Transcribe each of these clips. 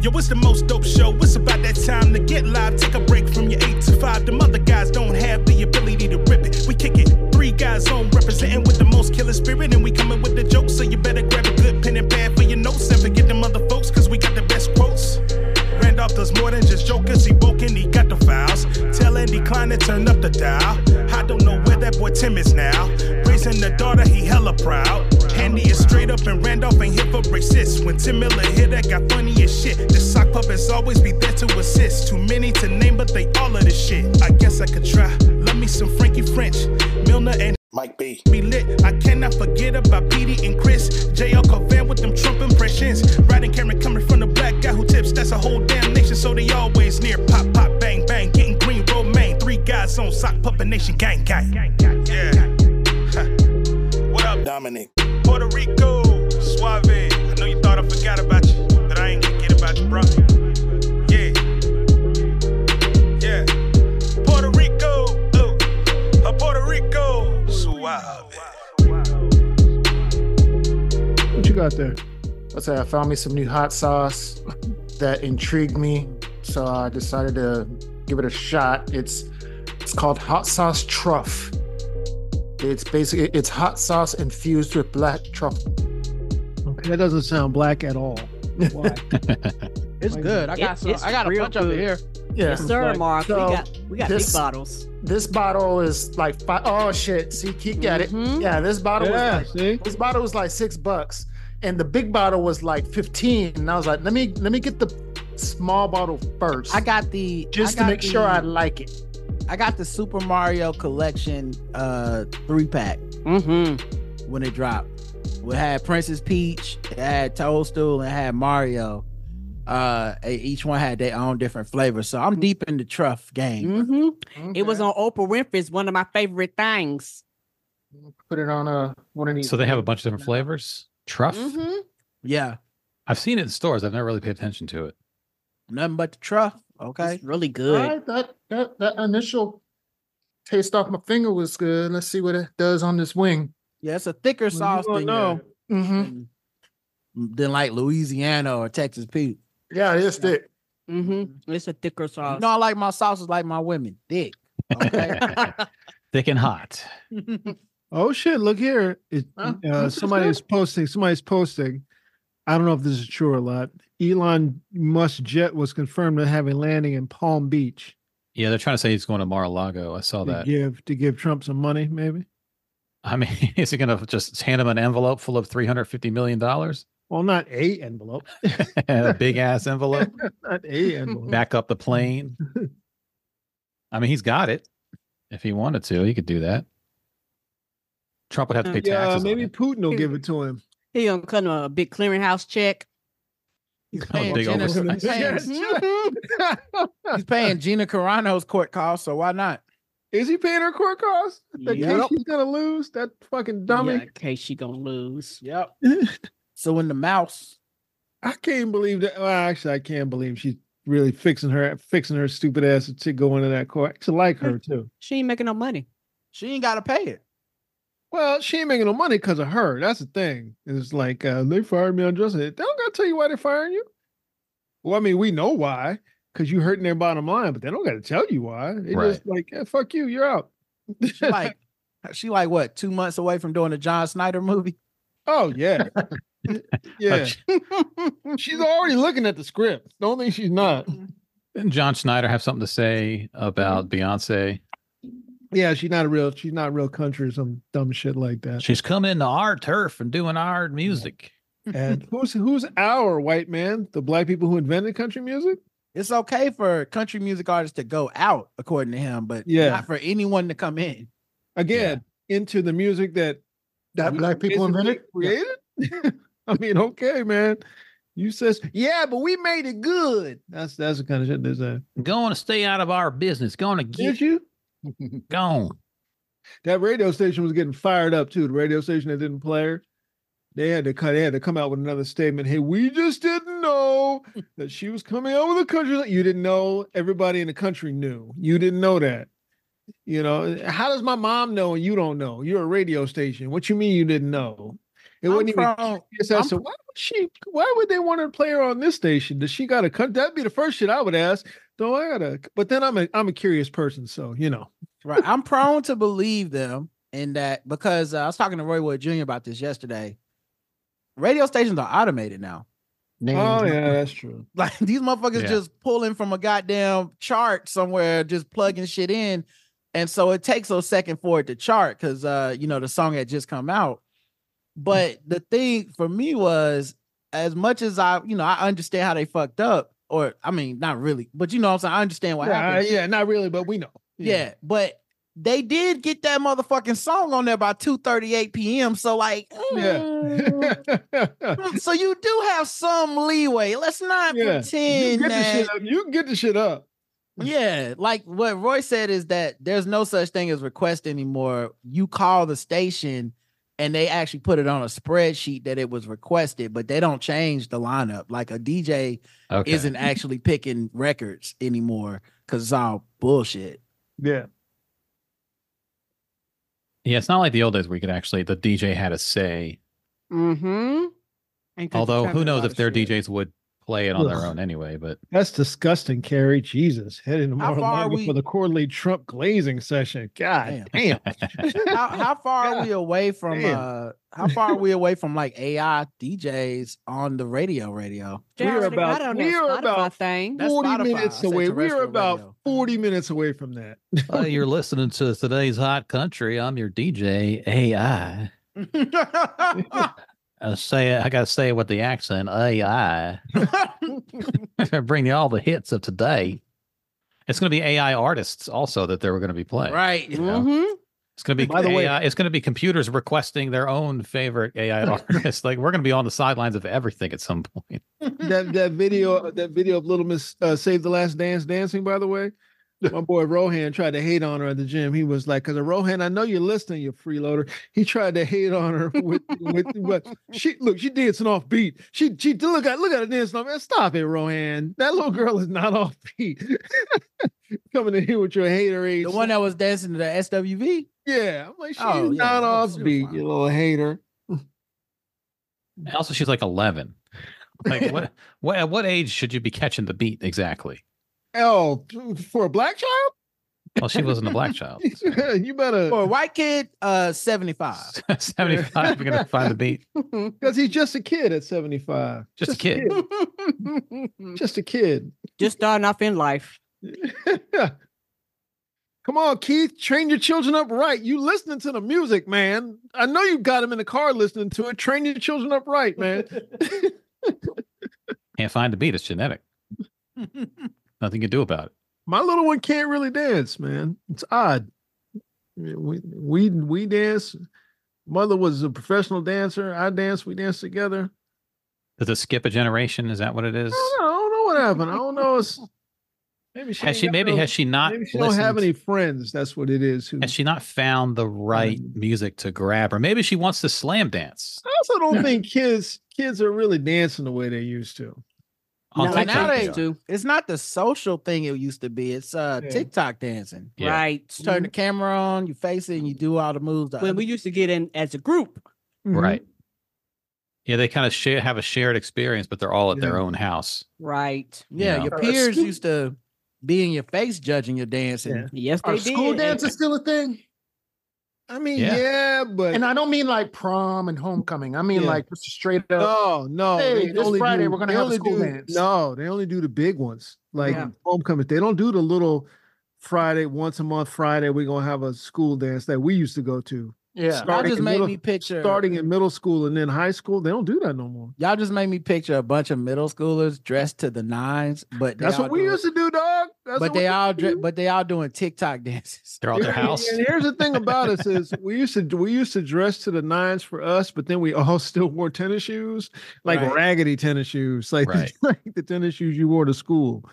Yo, it's the most dope show. It's about that time to get live. Take a break from your 8 to 5. Them other guys don't have the ability to rip it. We kick it. Three guys on representing with the most killer spirit. And we coming with the jokes. So you better grab a good pen and pad for your notes. And forget them other folks, cause we got the best quotes. Randolph does more than just jokers. He woke and he got the files. Tell Andy Klein to turn up the dial. I don't know where that boy Tim is now. Raising the daughter, he hella proud. Andy is straight up and Randolph ain't here for racist. When Tim Miller hit, that got funny as shit. The sock puppets always be there to assist. Too many to name, but they all of this shit. I guess I could try. Love me some Frankie French, Milner and Mike B. Be lit. I cannot forget about Petey and Chris. JL Covan with them Trump impressions. Riding Cameron coming from the black guy who tips. That's a whole damn nation, so they always near. Pop, pop, bang, bang. Getting green, romaine. Three guys on sock puppet nation, gang, gang. Yeah. Huh. What up, Dominic? Puerto Rico, Suave. I know you thought I forgot about you, but I ain't gonna get about you, bro. Yeah. Yeah. Puerto Rico, ooh. A Puerto Rico, Suave. What you got there? Let's say I found me some new hot sauce that intrigued me, so I decided to give it a shot. It's it's called hot sauce truff. It's basically it's hot sauce infused with black truffle. Okay, that doesn't sound black at all. Why? It's good. I got It- some, it's I got a real bunch of it good. here. Yeah. Yes, sir, Like, Mark. so we got we got this- big bottles. This bottle is like five, oh shit. See, Keith got it. Mm-hmm. Mhm. Yeah, this bottle yeah, was like, see? this bottle was like six bucks, and the big bottle was like fifteen. And I was like, let me let me get the small bottle first. I got the just I got to make sure the- I like it. I got the Super Mario Collection uh three pack Mm-hmm. when it dropped. We had Princess Peach, it had Toadstool, and it had Mario. Uh, e- each one had their own different flavor. So I'm deep in the truff game. Mm-hmm. Okay. It was on Oprah Winfrey's one of my favorite things. put it on a one of these. So they have a bunch of different flavors. Truff. Mm-hmm. Yeah, I've seen it in stores. I've never really paid attention to it. nothing but the truff. Okay, It's really All good. right, that that that initial taste off my finger was good. Let's see what it does on this wing. yeah, it's a thicker you sauce gonna than, know. Mm-hmm. your- than like Louisiana or Texas Pete. Yeah, it is thick. Mm-hmm. It's a thicker Uh, sauce. You know, I like my sauces like my women thick. Okay, Thick and hot. Oh shit! Look here. It, Huh? uh, somebody's posting. Somebody's posting. I don't know if this is true or not. Elon Musk jet was confirmed to have a landing in Palm Beach Yeah, they're trying to say he's going to Mar-a-Lago. I saw to that. give to give Trump some money, maybe. I mean, is he going to just hand him an envelope full of three hundred fifty million dollars? Well, not a envelope. a big ass envelope. Not a envelope. Back up the plane. I mean, he's got it. If he wanted to, he could do that. Trump would have to pay taxes. yeah, on maybe it. Putin will give it to him. He gonna cut a big clearinghouse check. he's Oh, paying big Gina- oversight. he's paying- Mhm. he's paying Gina Carano's court costs, so why not? Is he paying her court costs? The Yep. case he's gonna lose. That fucking Yeah, dummy. in case she gonna lose. Yep. so in the mouse, I can't believe that. Well, actually, I can't believe she's really fixing her fixing her stupid ass to go into that court. I actually like her too. She ain't making no money. she ain't gotta pay it. Well, she ain't making no money because of her. That's the thing. It's like uh, they fired me on Justin. They don't gotta tell you why they're firing you. Well, I mean, we know why, because you hurting their bottom line, but they don't gotta tell you why. They Right. just like, yeah, fuck you, you're out. She like she like what two months away from doing a John Snyder movie. oh yeah. yeah. But She's already looking at the script. Don't think she's not. didn't John Schneider have something to say about Mm-hmm. Beyonce? Yeah, she's not a real she's not real country or some dumb shit like that. She's coming into our turf and doing our music. And who's who's our white man? The black people who invented country music? It's okay for country music artists to go out, according to him, but Yeah. not for anyone to come in. Again, into the music that That we black people basically invented. Yeah. created. I mean, okay, man. You says, yeah, but we made it good. That's that's the kind of shit they say. Going to stay out of our business. Going to Did get you? gone. That radio station was getting fired up too. The radio station that didn't play her. They had to cut, they had to come out with another statement. Hey, we just didn't know that she was coming over the country. You didn't know everybody in the country knew. You didn't know that. You know, how does my mom know and you don't know? You're a radio station. What you mean you didn't know? It wouldn't even I'm from- TSS. I'm- so why would she? Why would they want her to play her on this station? Does she got a cut? That'd be the first shit I would ask. Though I gotta. But then I'm a I'm a curious person, so you know. Right. I'm prone to believe them in that because uh, I was talking to Roy Wood Jr. about this yesterday. Radio stations are automated now. Name Oh drop. yeah, that's true. Like these motherfuckers Yeah. just pulling from a goddamn chart somewhere, just plugging shit in. And so it takes a second for it to chart because uh, you know, the song had just come out. But the thing for me was as much as I, you know, I understand how they fucked up, or I mean, not really, but you know what I'm saying? I understand what yeah, happened. yeah, not really, but we know. Yeah. but they did get that motherfucking song on there by 2:38 p.m. So like, Yeah. mm, so you do have some leeway. Let's not Yeah. you pretend get the that. shit up. You can get the shit up. Yeah, like what Roy said is that there's no such thing as request anymore. You call the station and they actually put it on a spreadsheet that it was requested, but they don't change the lineup. Like a DJ Okay. isn't actually picking records anymore cuz it's all bullshit. Yeah. Yeah, it's not like the old days where you could actually the DJ had a say. Mm-hmm. Although who knows if their DJs would play it on their own anyway, but That's disgusting, Carrie. Jesus, heading to How mar far are lago we- for the quarterly Trump glazing session. God damn. how, how far are God we away from damn. uh how far are we away from like AI DJs on the radio radio? They We are already about- got on we that are Spotify about- thing. That's Forty Spotify. I minutes said away. We are terrestrial about radio. forty minutes away from that. Hey, you're listening to today's hot country. I'm your DJ AI. I say it- I gotta say it with the accent AI. Bring you all the hits of today. It's gonna be AI artists also that they were gonna be playing. right. know? Mm-hmm. It's gonna be By the way- AI, it's gonna be computers requesting their own favorite AI artists. like we're gonna be on the sidelines of everything at some point. that that video that video of Little Miss uh, Save the Last Dance dancing. By the way, my boy Rohan tried to hate on her at the gym. He was like, "Cause of Rohan, I know you're listening, you freeloader." He tried to hate on her with with but she look she dancing off beat. She she look at look at her dancing off. Man, stop it, Rohan. That little girl is not off beat. Coming in here with your hater age. The one that was dancing to the SWV. yeah, I'm like she's Oh, yeah, not no, off she was beat, fine. you little hater. And Also, she's like eleven. Like what what at what age should you be catching the beat exactly? Oh, for a black Well, she wasn't a black child. so. child, you better For a white kid, uh 75. 75, you're gonna find the beat. because he's just a kid at 75. Just a kid. Just a kid. Mm-hmm. Just starting off in life. Come on, Keith. Train your children up right. You listening to the music, man. I know you got them in the car listening to it. Train your children up right, man. Can't find the beat. It's genetic. Nothing you can do about it. My little one can't really dance, man. It's odd. We we we dance. Mother was a professional dancer. I dance. We dance together. Does it skip a generation? Is that what it I is? don't know, I don't know what happened. I don't know. It's, maybe she Has ain't she got maybe no- has she not maybe she don't have listened- any friends. That's what it is. Who, has she not found the right music to grab or maybe she wants to slam dance I also don't think kids kids are really dancing the way they used to. on Not like TikTok. I they used yeah. to. It's not the social thing it used to be. It's uh Yeah. Mm-hmm. TikTok dancing. Yeah. Right. You turn the camera on, you face it, and you do all the moves. the When other- we used to get in as a group. Mm-hmm. Right. Yeah, they kind of share have a shared experience, but they're all at their Yeah. own house. Right. yeah, Yeah. your Or a peers school- used to be in your face judging your dancing. Yeah. Yes, they Are did. school dances still a thing? I mean, Yeah. yeah, but And I don't mean like prom and homecoming. I mean Yeah. Oh, like just straight up. no, no. Hey, they this Friday we're gonna they have a only school do- dance. No, they only do the big ones like Yeah. homecomings. They don't do the little Friday once a month Friday. We're gonna have a school dance that we used to go to. Yeah. Y'all Starting just in made middle- me picture starting in middle school and then high school. They don't do that no more. Y'all just made me picture a bunch of middle schoolers dressed to the nines, but they That's all what we doing- used to do, dog. That's But what we they all, used to dre- do. but they all doing TikTok dances. They're all at their Yeah, house. And here's the thing about us is we used to we used to dress to the nines for us, but then we all still wore tennis shoes, like Right. raggedy tennis shoes, like, Right. like the tennis shoes you wore to school.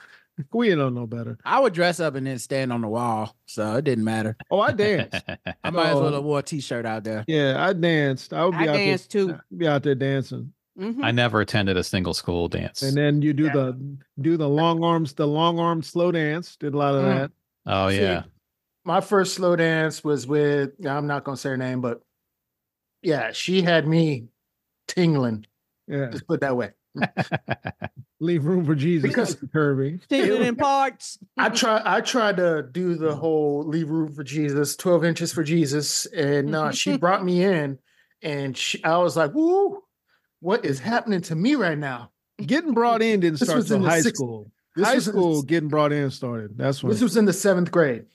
We don't know better. I would dress up and then stand on the wall, so it didn't matter. Oh, I danced. I might as well No. have wore a T-shirt out there. yeah, I danced. I would be I out danced there, too. I'd be out there dancing, Mhm. I never attended a single school dance. and then you do the do the long arms, the long arm slow dance. Did a lot of Mm. that. Oh See, yeah. My first slow dance was with I'm not gonna say her name, but yeah, she had me tingling. Yeah. Just put it that way. Leave room for Jesus. Because- Mr. Kirby. Stealing in parts. I try I tried to do Mm. the whole leave room for Jesus, 12 inches for Jesus. And uh, she brought me in and she, I was like, woo, what is happening to me right now? Getting brought in didn't This start was till in the high sixth- school. This high was in the school getting brought in started. That's when This was in the seventh grade.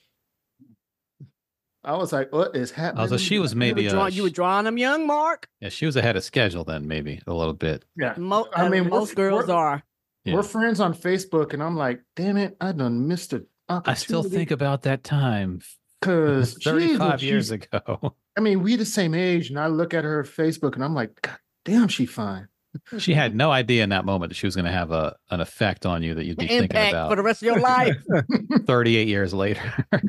I was like, what is happening? Oh, so she was You were maybe draw- a, you were drawing them young, Mark. yeah, she was ahead of schedule then, maybe a little bit. Yeah. Mo- I I mean, mean, we're- most girls we're- are. Yeah. We're friends on Facebook, and I'm like, damn it, I done missed it. I still think about that time Uh, because 35 years ago. I mean, we the same age, and I look at her Facebook, and I'm like, God damn, she fine. she had no idea in that moment that she was going to have a an effect on you that you'd be thinking Impact for about the rest of your life. 38 years later.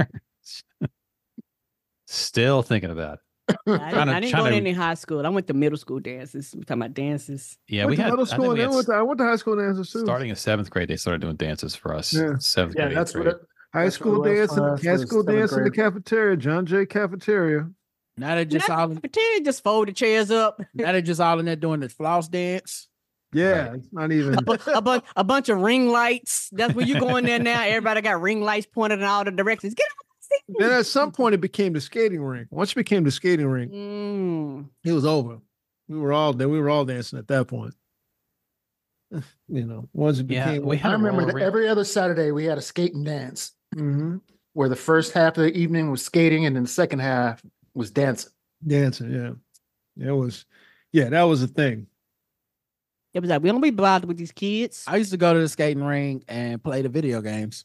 Still thinking about it. I, Tryna- didn't- I didn't go tryna- to any high school. I went to middle school dances. We're talking about dances. Yeah, went we to had, middle I school think and we then had went to, I went to high school dances too. starting in seventh grade, they started doing dances for us. Yeah. Seventh Yeah, grade, that's what. eighth It, grade. High That's school what it was dance in for the us high was school seventh dance in the grade. cafeteria, John Jay cafeteria. Now they're just all Pretend just fold the chairs up. now they're just all in there doing the floss dance. Yeah, it's not even a, bu- a, bu- a bunch of ring lights. That's where you go in there now. Everybody got ring lights pointed in all the directions. Get then at some point it became the skating rink. Once it became the skating out. rink, Mm. it was over. We were all there. We were all dancing at that point. you know, once it Yeah, became we had I a remember roller that rink. every other Saturday we had a skate and dance, Mhm. where the first half of the evening was skating, and then the second half was dancing. dancing. Yeah, it was. Yeah, that was a thing. It was like, we don't be bothered with these kids. I used to go to the skating ring and play the video games.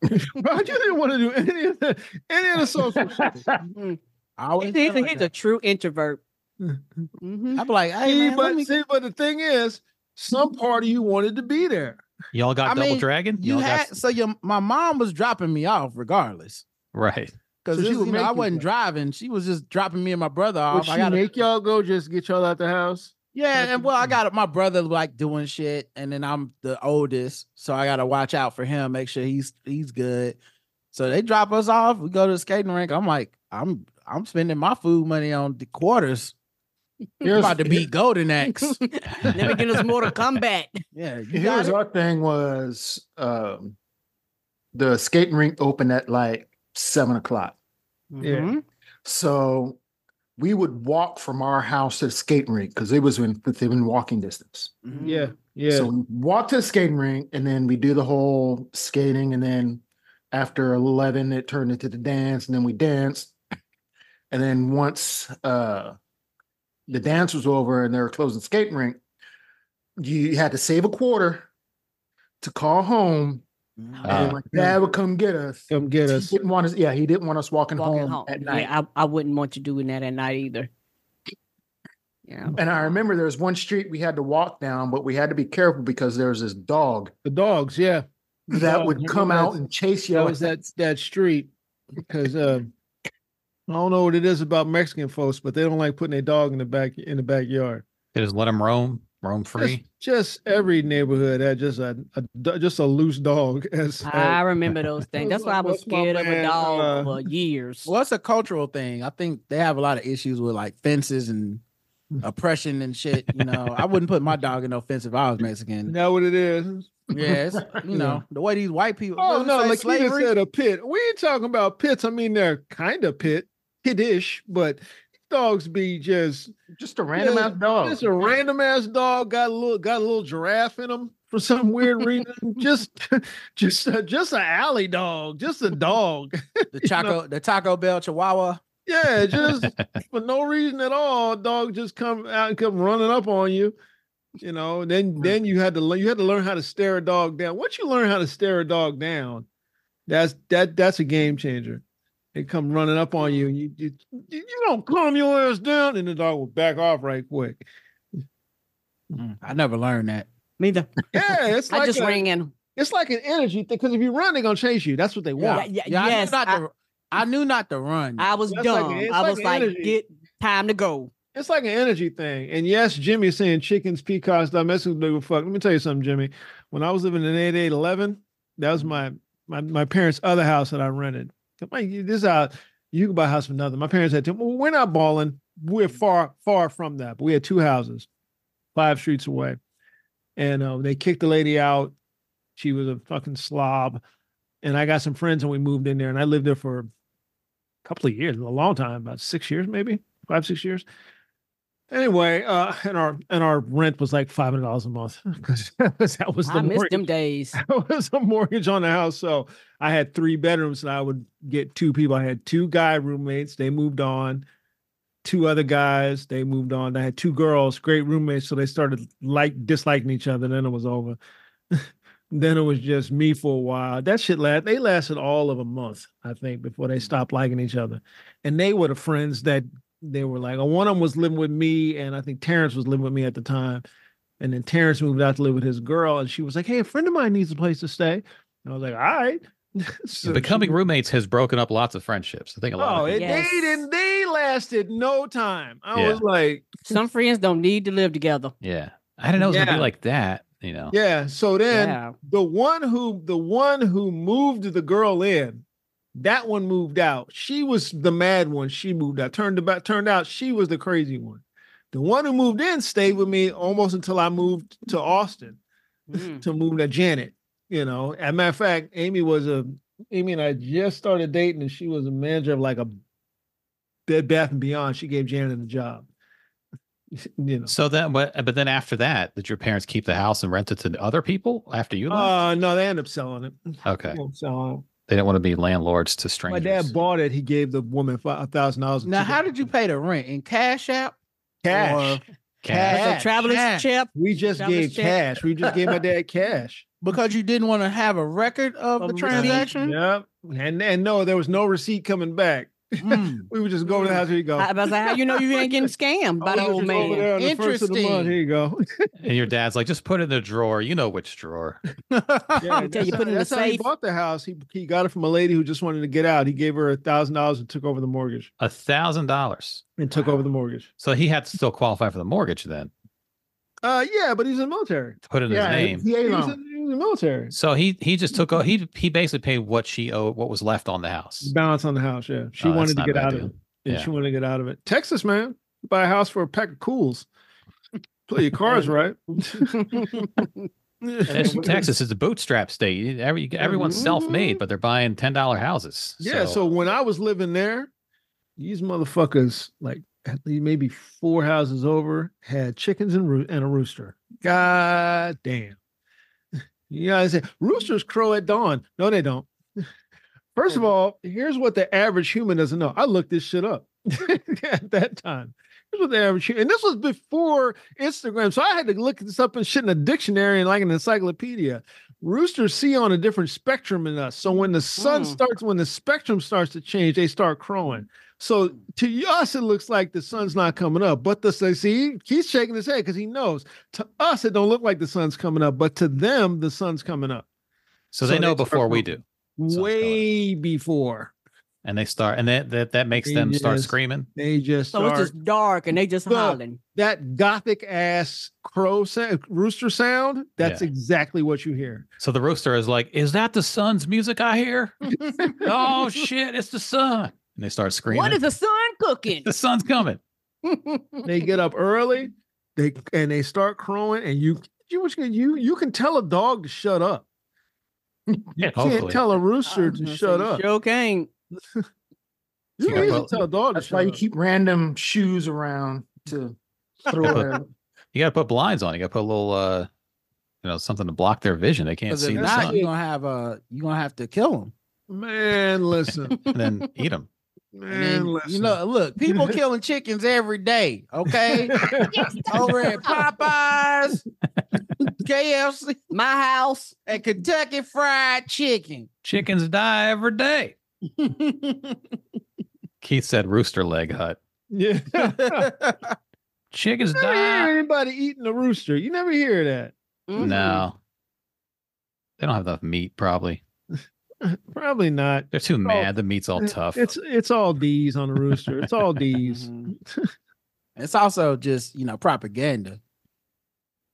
Roger didn't want to do any of the any of the social. shit. Mm-hmm. I always He's, been he's a, like he's a that. true introvert. Mhm. I'd be like, hey, See, man, let but me- see, but the thing is, some part of you wanted to be there. Y'all got I Double mean, Dragon? you Y'all had got so your my mom was dropping me off regardless right. because So she would make I you wasn't go. driving. She was just dropping me and my brother off. Would Um, I she gotta- make mm. y'all go just get y'all out the house? Yeah, and Nothing. well, I got my brother like doing shit, and then I'm the oldest, so I gotta watch out for him, make sure he's he's good. So they drop us off. We go to the skating rink. I'm like, I'm I'm spending my food money on the quarters. You're Here's- about to beat Golden Axe. Let me get us more to combat. yeah, you got Here's it? our thing was um, the skating rink opened at like seven o'clock. Mm-hmm. Mhm. So we would walk from our house to the skating rink because it was in, within walking distance. Yeah, yeah. So we walk to the skating rink and then we do the whole skating. And then after 11, it turned into the dance and then we danced. And then once uh, the dance was over and they were closing the skating rink, you had to save a quarter to call home. Mm. Mhm. and Ah. then my dad would come get us. Come get He us. didn't want us. Yeah, he didn't want us walking, Walking home, home. at night. Yeah, I, I wouldn't want you doing that at night either. Yeah. And I remember there was one street we had to walk down, but we had to be careful because there was this dog The dogs, yeah. The that Oh, dog, would remember come out that- and chase you. That was that that street because um, I don't know what it is about Mexican folks, but they don't like putting their dog in the back in the backyard. They just let them roam, roam free. Just, just every neighborhood had just a, a do- just a loose dog. As, I remember those things. That's why I was What's my scared of a man, dog uh, for years. Well, it's a cultural thing. I think they have a lot of issues with like fences and oppression and shit. You know, I wouldn't put my dog in no fence if I was Mexican. know what it is? Yeah, it's, you know the way these white people. Oh what no, they say, like you just said, a pit. We ain't talking about pits. I mean, they're kind of pit, pitish, but dogs be just just a random Yeah, ass Oh, dog. It's a random ass dog got a little got a little giraffe in him for some weird reason. just just a, just an alley dog, just a dog. the you know? Taco the Taco Bell Chihuahua. Yeah, just for no reason at all, dog just come out and come running up on you. You know, then then you had to le- you had to learn how to stare a dog down. Once you learn how to stare a dog down, that's that that's a game changer. They come running up on you, and you you you you don't calm your ass down, and the dog will back off right quick. I never learned that. Me neither. Yeah, it's like I just a- rang in. It's like an energy thing because if you run, they're gonna chase you. That's what they Yeah, want. yeah, I yes, knew not I, to. I knew not to run. I was That's like dumb. an- it's I like was an like, energy. get time to go. It's like an energy thing. And yes, Jimmy is saying chickens, peacocks, domestics don't give a fuck. Let me tell you something, Jimmy. When I was living in 8811, that was my my, my parents' other house that I rented. Come on, you- this out you can buy a house for nothing. My parents had two. Well, we're not balling. We're far, far from that. But we had two houses. five streets away. And uh, they kicked the lady out. She was a fucking slob. And I got some friends and we moved in there. And I lived there for a couple of years, a long time, about six years, maybe five, six years. Anyway, uh, and our and our rent was like five hundred dollars a month because that was the I miss mortgage. them days. That was a mortgage on the house. So I had three bedrooms and I would get two people. I had two guy roommates. They moved on. Two other guys. They moved on. I had two girls, great roommates. So they started like disliking each other. Then it was over. then it was just me for a while. That shit last. They lasted all of a month, I think, before they stopped liking each other. And they were the friends that they were like. One of them was living with me, and I think Terrence was living with me at the time. And then Terrence moved out to live with his girl, and she was like, "Hey, a friend of mine needs a place to stay." And I was like, "All right." So Becoming she- roommates has broken up lots of friendships. I think a lot. oh, of it, Yes. they didn't. They lasted no time. I Yeah. was like, Some friends don't need to live together. people- yeah. I didn't know it was gonna Yeah. be like that. You know. "Yeah." So then yeah. the one who the one who moved the girl in, that one moved out. She was the mad one. She moved out. Turned about. Turned out she was the crazy one. The one who moved in stayed with me almost until I moved to Austin. Mm. to move to Janet. You know, as a matter of fact, Amy was a Amy and I just started dating, and she was a manager of like a Bed Bath and Beyond. She gave Janet a job. you know, So then, but but then after that, did your parents keep the house and rent it to other people after you left? uh, no, they ended up selling it. okay, They ended up selling they didn't want to be landlords to it. Uh, My strangers. dad bought it. He gave the woman fi- a thousand dollars. and Now, took it how did you pay the rent in Cash App? cash? Cash. That's a traveler's cash. chip. We just That was gave check. cash. We just gave my dad cash. Because you didn't want to have a record of the Um, transaction. Yep. And and no, there was no receipt coming back. Mm. We would just go to the Mm. house. Here you go. I I was like, how you know you ain't getting scammed by the Oh, old it's over man? there on the first of the month. Interesting. Here you go. And your dad's like, just put it in the drawer. You know which drawer. Yeah, Until you that's put how- it in the that's how he safe. bought the house. He he got it from a lady who just wanted to get out. He gave her a thousand dollars and took over the mortgage A thousand dollars. and took over the mortgage. So he had to still qualify for the mortgage then Uh, yeah, but he's in the military. to put it in Yeah, his name. he- He he was, alone. in, he was in the military. So he he just took o- he he basically paid what she owed, what was left on the house. Balance on the house. Yeah, she Oh, that's wanted to not get bad out of deal. it. Yeah, Yeah. she wanted to get out of it. Texas, man, buy a house for a pack of cools. Play your cards right. Tex- Texas is a bootstrap state. You- Every, you- everyone's self-made, but they're buying ten dollar houses. Yeah, so. when I was living there, these motherfuckers, like at least maybe four houses over, had chickens and roo- and a rooster. God damn. You know, I say roosters crow at dawn. No, they don't. First of all, here's what the average human doesn't know. I looked this shit up at that time. Here's what the average human, and this was before Instagram, so I had to look this up and shit in a dictionary and like an encyclopedia. Roosters see on a different spectrum than us. So when the sun Mm. Hmm. starts, when the spectrum starts to change, they start crowing. So to us, it looks like the sun's not coming up, but the sun, see, he's shaking his head because he knows. To us, it don't look like the sun's coming up, but to them, the sun's coming up so they so know they start before we from- do, Sun's coming up. way before and they start, and that that that makes them start Yes. screaming. they just So it's start just dark and they just Look. howling. that gothic ass crow sound, rooster sound. That's exactly what you hear. So the rooster is like, "Is that the sun's music I hear? oh shit, it's the sun!" And they start screaming. What is the sun cooking? the sun's coming? They get up early, they and they start crowing, and you you what you can- you you can tell a dog to shut up. Yeah, Can't hopefully. tell a I rooster was to gonna shut say, up. Uh-huh, Sure can. You Yeah, can well, easily tell a dog to That's shut why you up. keep random shoes around to throw Yeah, at but- 'em. you got to put blinds on. You got to put a little, uh, you know, something to block their vision. They can't Because if see the not, sun you're gonna have uh you're gonna have to kill them. man, listen, and then eat them. man, listen. you know, look, people killing chickens every day. Okay, Oh, over at Popeyes, KFC, My house. and Kentucky Fried Chicken. Chickens die every day. Keith said, "Rooster leg hut." yeah. Chickens You never hear die. anybody eating a rooster. You never hear that. Mm-hmm. No, they don't have enough meat. Probably Probably not. they're too mad. The meat's all Uh, tough. It's it's all D's on the rooster. It's all D's. It's also just you know propaganda.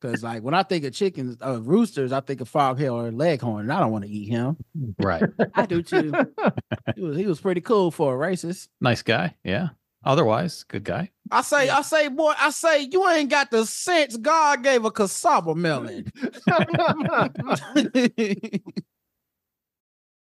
Cause like when I think of chickens, uh, roosters, I think of Fob Hill or Leghorn, and I don't want to eat him. right. I do too. He was, he was pretty cool for a racist. Nice guy. Yeah. Otherwise, good guy. I say, I say, boy, I say, you ain't got the sense God gave a cassava melon.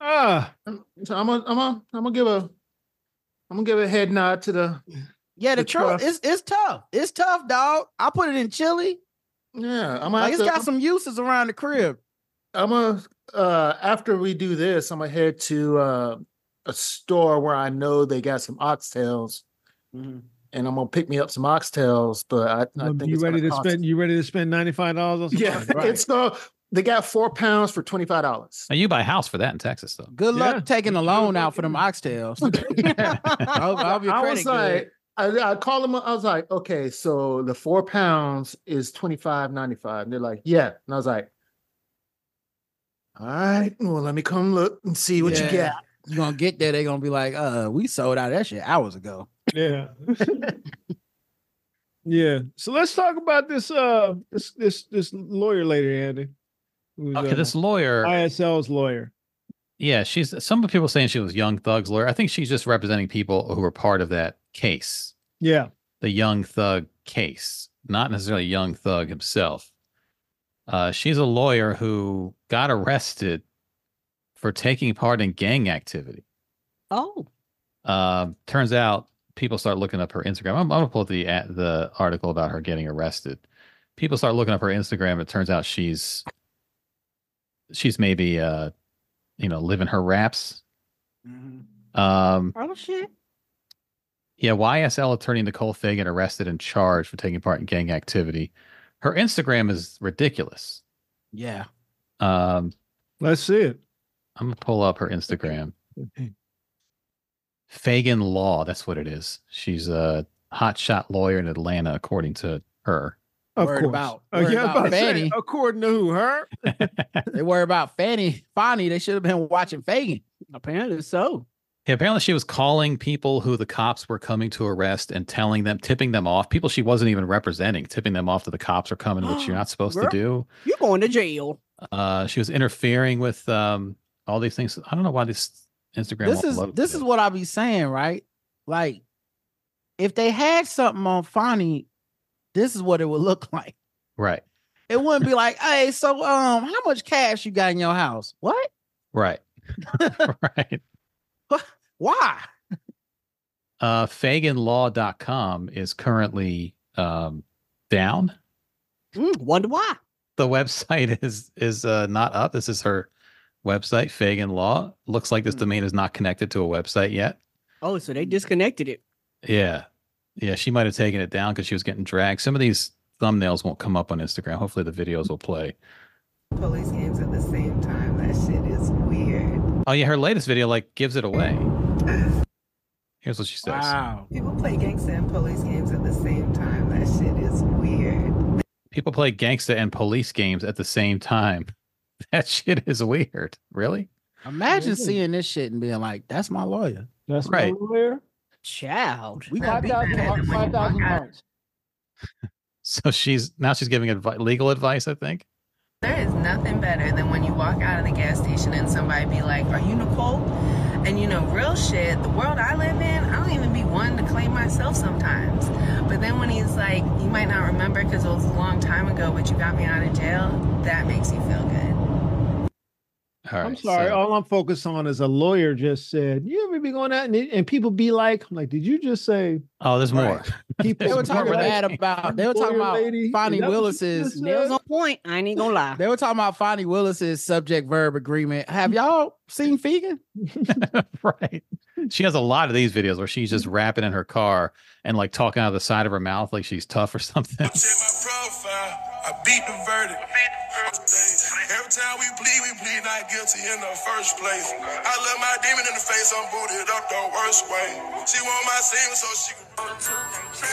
ah, So I'm gonna, I'm gonna, I'm gonna give a, I'm gonna give a head nod to the, yeah, the It's truth rough. is it's tough. It's tough, dog. I put it in chili. yeah, I'm gonna, Like have it's to, got some uses around the crib. I'm gonna, uh, after we do this, I'm gonna head to uh, a store where I know they got some oxtails, and I'm gonna pick me up some oxtails. But I, I think you it's gonna ready to cost- spend? You ready to spend ninety five dollars on some? Yeah, fries? Right. it's the they got four pounds for twenty five dollars. Now, you buy a house for that in Texas, though. Good luck Yeah. taking a loan out for them oxtails. I hope, I hope your I credit was good. like, I, I called them. I was like, okay, so the four pounds is twenty five ninety five. And they're like, yeah. And I was like, all right, well, let me come look and see what you Yeah. got. you gonna get there, they're gonna be like, uh, we sold out of that shit hours ago. Yeah. yeah. So let's talk about this uh this this this lawyer lady, Andy. who's, Okay, uh, this lawyer. ISL's lawyer. Yeah, she's some people were saying she was Young Thug's lawyer. I think she's just representing people who were part of that case, Yeah. the Young Thug case, not necessarily Young Thug himself. Uh, she's a lawyer who got arrested for taking part in gang activity. oh, Uh, turns out people start looking up her Instagram. I'm, I'm gonna pull up the a- the article about her getting arrested. People start looking up her Instagram. It turns out she's she's maybe uh, you know living her raps. Um, oh shit. yeah, YSL attorney Nicole Fagan arrested and charged for taking part in gang activity. Her Instagram is ridiculous. Yeah. Um, Let's see it. I'm gonna pull up her Instagram. Fagan Law, that's what it is. She's a hotshot lawyer in Atlanta, according to her. Of Worried course. about- Oh, worried yeah, about I'm about to say, Fanny. according to who, her? They worry about Fanny, Fanny. They should have been watching Fagan. Apparently so. Yeah, apparently she was calling people who the cops were coming to arrest and telling them, tipping them off. People she wasn't even representing, tipping them off that the cops are coming, which you're not supposed Girl. to do. You're going to jail. Uh, she was interfering with um all these things. I don't know why this Instagram. This won't is load this is it. what I be saying, right? Like, if they had something on Fanny, this is what it would look like. right, It wouldn't be like, hey, so um, how much cash you got in your house? What? right, right. Why? Uh, FaganLaw.com is currently um down. Mm, wonder why. the website is is uh, not up. This is her website, Fagan Law. Looks like this Hmm. domain is not connected to a website yet. Oh, so they disconnected it. Yeah, yeah, she might have taken it down because she was getting dragged. Some of these thumbnails won't come up on Instagram. Hopefully, the videos will play. police ends at the same time. That shit is weird. Oh yeah, her latest video like gives it away. Here's what she says. Wow. People play gangsta and police games at the same time. That shit is weird. People play gangsta and police games at the same time. That shit is weird. Really? Imagine Really? seeing this shit and being like, that's my lawyer. That's my Right. lawyer. Child. We gonna be marks, 5,000 marks. So she's now she's giving advi- legal advice. I think. There is nothing better than when you walk out of the gas station and somebody be like, Are you Nicole? And you know, real shit, the world I live in, I don't even be one to claim myself sometimes. But then when he's like, You might not remember because it was a long time ago, but you got me out of jail, that makes you feel good. All right. I'm sorry. oh. so- All I'm focused on is a lawyer just said, You ever be going out and, and people be like, I'm like, did you just say oh, there's more. people They were It's talking more bad relaxing. about. They were talking Lawyer about lady, is Fannie that what you Willis's. just Nails said? on point. I ain't gonna lie. They were talking about Fannie Willis's subject verb agreement. Have y'all seen Fegan? right. She has a lot of these videos where she's just rapping in her car and like talking out of the side of her mouth like she's tough or something. Check my profile. I beat the verdict. Every Every time we plead, we plead not guilty in the first place. I love my demon in the face, I'm booted up the worst way. She want my semen so she can.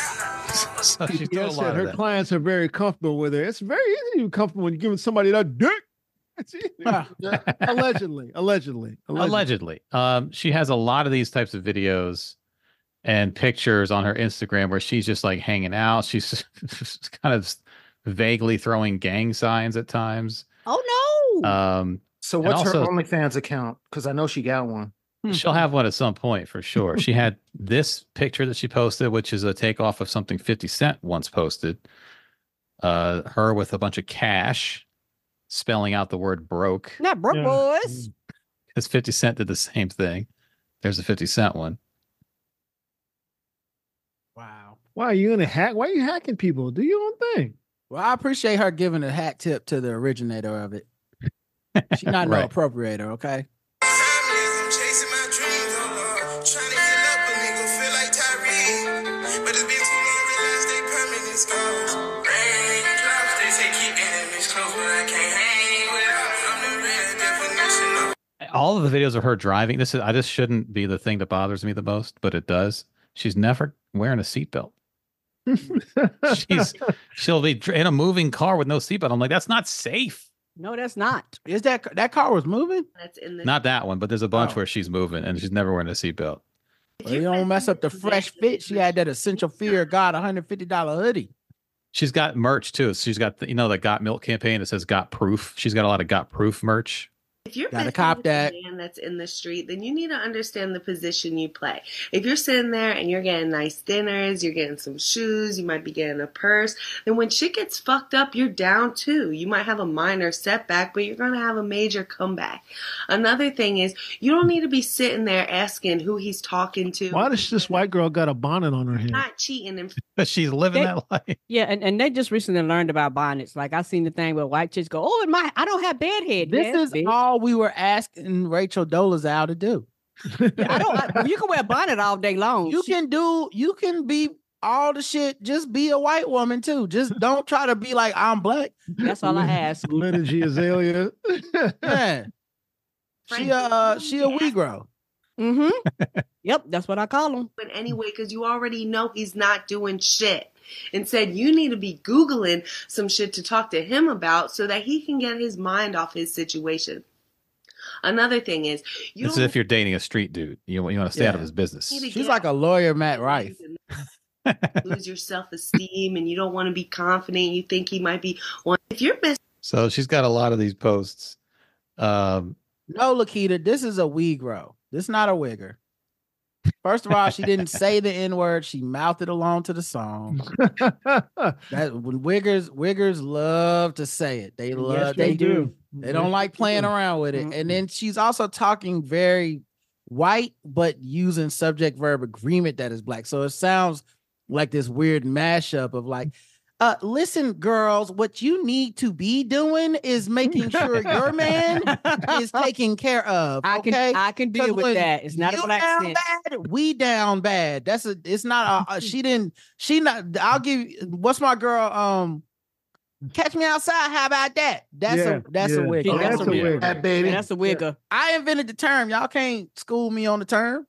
So she's doing a Yes, lot said of her that. clients are very comfortable with her. It's very easy to be comfortable when you're giving somebody that dick. That's easy. Ah. allegedly, allegedly, allegedly. allegedly um she has a lot of these types of videos and pictures on her instagram where she's just like hanging out she's kind of vaguely throwing gang signs at times Oh no. um So And what's her also- OnlyFans account? Because I know she got one. Hmm. she'll have one at some point for sure she had this picture that she posted which is a takeoff of something 50 cent once posted uh her with a bunch of cash spelling out the word broke Not broke Yeah. boys. because 50 cent did the same thing there's a 50 cent one Wow. Why are you in a hack? Why are you hacking people? Do your own thing. Well, I appreciate her giving a hat tip to the originator of it. She's not no Right. appropriator, okay? I'm chasing my dreams, uh-uh. Trying to get up a nigga, feel like Tyree. But it's been too long, realize they permanent scars. Rain clouds, they say keep enemies close, but I can't hang without. I'm the real definition of all of the videos of her driving this is i just shouldn't be the thing that bothers me the most but it does she's never wearing a seatbelt she's she'll be dr- in a moving car with no seatbelt i'm like that's not safe No, that's not. Is that that car was moving? That's in the. not that one but there's a bunch Oh. where she's moving and she's never wearing a seatbelt Well, you don't mess up the fresh fit. She had that essential fear of God $150 hoodie. she's got merch too she's got the, you know the got milk campaign that says got proof she's got a lot of got proof merch If you're Gotta pissing cop off that. the man that's in the street, then you need to understand the position you play. If you're sitting there and you're getting nice dinners, you're getting some shoes, you might be getting a purse, then when shit gets fucked up, you're down too. You might have a minor setback, but you're gonna have a major comeback. Another thing is you don't need to be sitting there asking who he's talking to. Why does this white girl got a bonnet on her head? not cheating and she's living They- that life Yeah, and, and they just recently learned about bonnets. Like I seen the thing where white chicks go, "Oh, and my I don't have bed head." This Yes, is bitch. all we were asking Rachel Dolezal to do. I don't. I, you can wear a bonnet all day long. You can do, you can be all the shit. Just be a white woman too. Just don't try to be like I'm black. That's all I ask. Liturgy Azalea. Man, she Frankie, uh you she a need to ask Negro. Mm-hmm. yep, that's what I call them. in anyway because you already know he's not doing shit. Instead, you need to be Googling some shit to talk to him about so that he can get his mind off his situation. Another thing is, you this is don't if you're dating a street dude you, want- you want to stay out of Yeah. his business Need to She's get like a lawyer, Matt out Rife. of his lose your self esteem and you don't want to be confident. You think he might be one. If you're missing, so she's got a lot of these posts um No, Lakita, this is a Negro. This not a wigger. First of all, she didn't say the N word. She mouthed it along to the song. That when wiggers, wiggers love to say it. They love. they, do. They don't like playing around with it. And then she's also talking very white, but using subject verb agreement that is black. So it sounds like this weird mashup of like, uh, listen, girls, what you need to be doing is making sure your man is taken care of. I can okay? I can Because deal with when that. It's not a you black down accent. bad, we down bad. That's a. It's not a. a- she didn't. She not. I'll give. you- What's my girl? Um, catch me outside. How about that? That's Yeah, a. That's yeah. Oh, a wig. Yeah, That's that's a a wig. wig. That baby. Yeah, that's a wigger. I invented the term. Y'all can't school me on the term.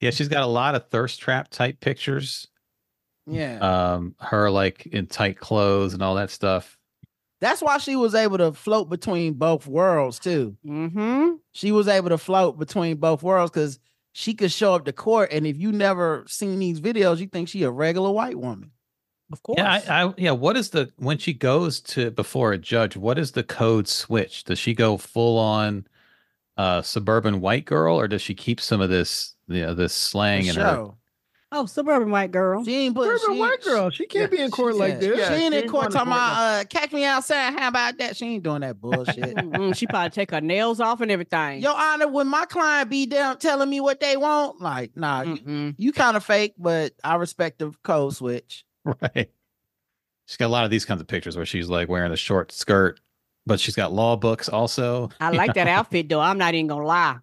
yeah she's got a lot of thirst trap type pictures Yeah. um her like in tight clothes and all that stuff that's why she was able to float between both worlds too. Mm-hmm. She was able to float between both worlds because she could show up to court. And if you never seen these videos, you think she a regular white woman. Of course. yeah I, I yeah what is the when she goes to before a judge what is the code switch does she go full on uh suburban white girl or does she keep some of this you know this slang in her Show. oh, suburban white girl. She ain't put She's a she- white girl. She can't yeah, be in court she's- like yeah, this. yeah. She ain't she in ain't going court to talking court about uh, catch me outside. How about that? She ain't doing that bullshit. Mm-mm, she probably take her nails off and everything. Your Honor, when my client be down telling me what they want, like, nah, you, Mm-mm. you kind of fake, but I respect the code switch. right she's got a lot of these kinds of pictures where she's like wearing a short skirt but she's got law books also I like that outfit though. I'm not even gonna lie.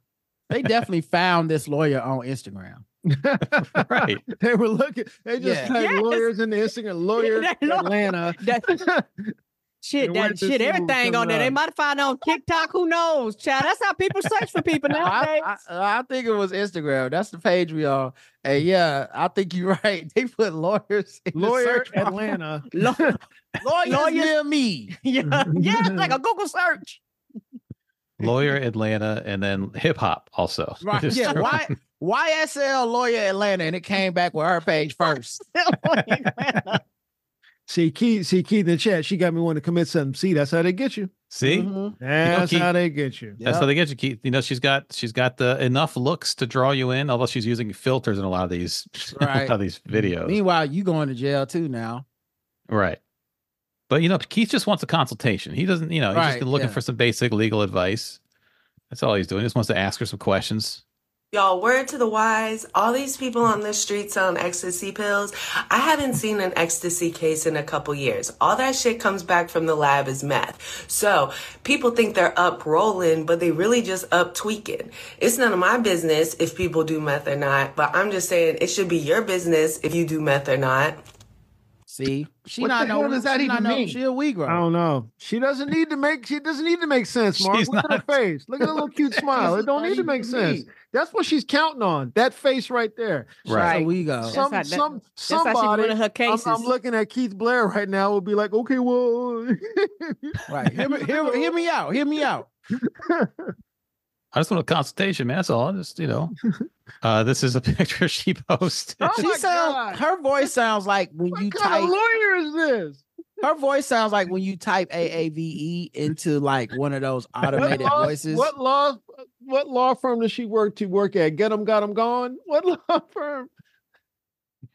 They definitely found this lawyer on Instagram. right They were looking. They just Yeah. had Yes. lawyers in the Instagram. Lawyers That in law- Atlanta. That- Shit, And where that did shit, this movie everything come on there. They from? might find on TikTok. Who knows, child? That's how people search for people nowadays. I, I, I think it was Instagram. That's the page we on. And yeah, I think you're right. They put lawyers in the Lawyer search bar. Atlanta. Lo- Lawyers, Lawyers- near me. yeah, yeah, it's like a Google search. Lawyer Atlanta and then hip hop also. Right. Just Yeah. throw- Why YSL lawyer Atlanta, and it came back with her page first. See Keith, see Keith in the chat. She got me wanting to commit something. See, that's how they get you. See? Mm-hmm. That's Keith- how they get you. That's how they get you, Keith. You know, she's got she's got the enough looks to draw you in, although she's using filters in a lot of these a lot Right. of these videos. Meanwhile, you going to jail too now. Right. But you know, Keith just wants a consultation. He doesn't, you know, he's Right, just looking yeah. for some basic legal advice. That's all he's doing. He just wants to ask her some questions. Y'all, word to the wise, all these people on the streets on ecstasy pills. I haven't seen an ecstasy case in a couple years. All that shit comes back from the lab as meth. So people think they're up rolling, but they really just up tweaking. It's none of my business if people do meth or not, but I'm just saying it should be your business if you do meth or not. See, she What not the know. hell does that she not even know- mean? She a wee I don't know. She doesn't need to make. She doesn't need to make sense, Mark. She's Look at her face. Look at her little cute smile. It don't need to make sense. That's what she's counting on. That face right there. Right. Right. A wee go. Some, how- that- some, Oh. That's how she be somebody. running her I'm, cases. I'm looking at Keith Blair right now. Will be like, okay, well, oh Right. Hear me, hear, hear me out. Hear me out. I just want a consultation, man. That's all. I just, you know. Uh, this is a picture she posted. Oh she my God. sounds her voice sounds like when you what kind type of lawyer is this? her voice sounds like when you type AAVE E into like one of those What automated law, voices. what law? What law firm does she work to work at? Get them, got them gone. What law firm?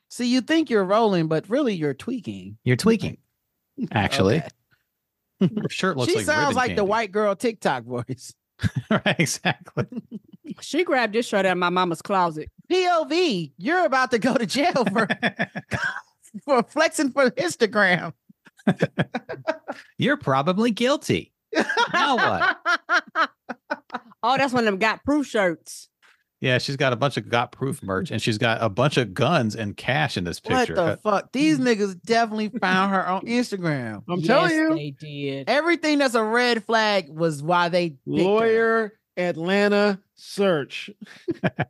See, you think you're rolling, but really you're tweaking. You're tweaking, actually. Okay. Her shirt looks she like sounds ribbon like the candy. white girl TikTok voice. right, exactly. She grabbed this shirt out of my mama's closet. POV, you're about to go to jail for, for flexing for Instagram. You're probably guilty. Now what? Oh, that's one of them got proof shirts. Yeah, she's got a bunch of got proof merch, and she's got a bunch of guns and cash in this picture. Uh, What the fuck? These niggas definitely found her on Instagram. I'm telling you, they did. Everything that's a red flag was why they picked her. lawyer Atlanta search.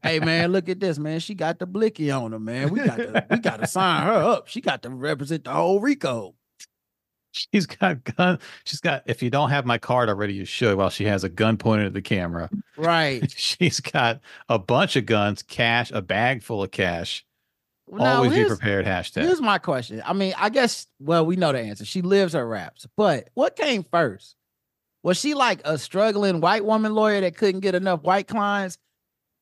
Hey man, look at this man. She got the blicky on her man. We got to, we got to sign her up. She got to represent the whole Rico. She's got gun. She's got. If you don't have my card already, you should. While she has a gun pointed at the camera, Right. she's got a bunch of guns, cash, a bag full of cash. Now, Always be here's- prepared. Hashtag. Here's my question. I mean, I guess, well, we know the answer. She lives her raps, but what came first? Was she like a struggling white woman lawyer that couldn't get enough white clients?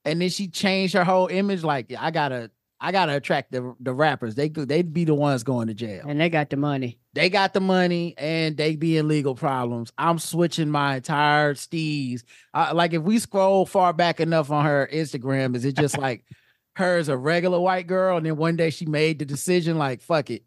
And then she changed her whole image. Like, I gotta, I gotta attract the, the rappers. They go- they'd be the ones going to jail. And they got the money. They got the money and they be in legal problems. I'm switching my entire steez. I, like if we scroll far back enough on her Instagram, is it just like her as a regular white girl? And then one day she made the decision, like, fuck it.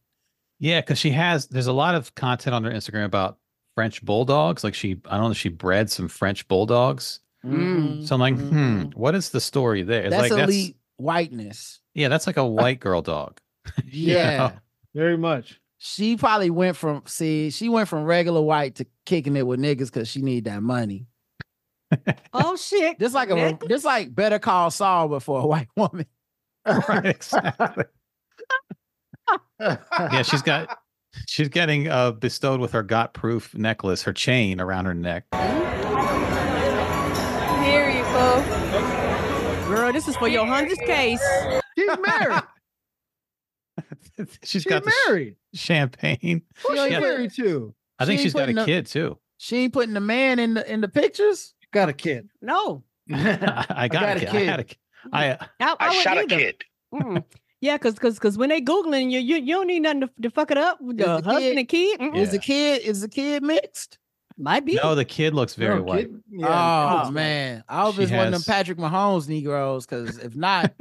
Yeah, because she has. There's a lot of content on her Instagram about French bulldogs. Like she, I don't know, she bred some French bulldogs. Mm-hmm. So I'm like, hmm, what is the story there? It's Mm-hmm. That's like elite whiteness. yeah, that's like a white girl dog. You know? Yeah. Very much. She probably went from see, she went from regular white to kicking it with niggas because she need that money. Oh shit. Just like a Nigga. just like better call Saul before a white woman. right, exactly. yeah, she's got she's getting uh bestowed with her got proof necklace, her chain around her neck. Here you go. girl, this is for your hundredth case. She's married. she's She's got the sh- married. champagne. Who's she Yeah. married to? I think She she's got putting a up- kid too. She ain't putting the man in the in the pictures. Got a kid. No. I, got a kid. I had a kid. I I, I, shot a kid. Yeah, cause, cause, 'cause when they googling you, you, you don't need nothing to, to fuck it up. with Is The the husband kid- and kid mm-mm, Is the kid is the kid mixed? might be. no, the kid looks very No white. kid? oh Oh, man, I hope She it's one of them has- Patrick Mahomes Negroes. Because if not,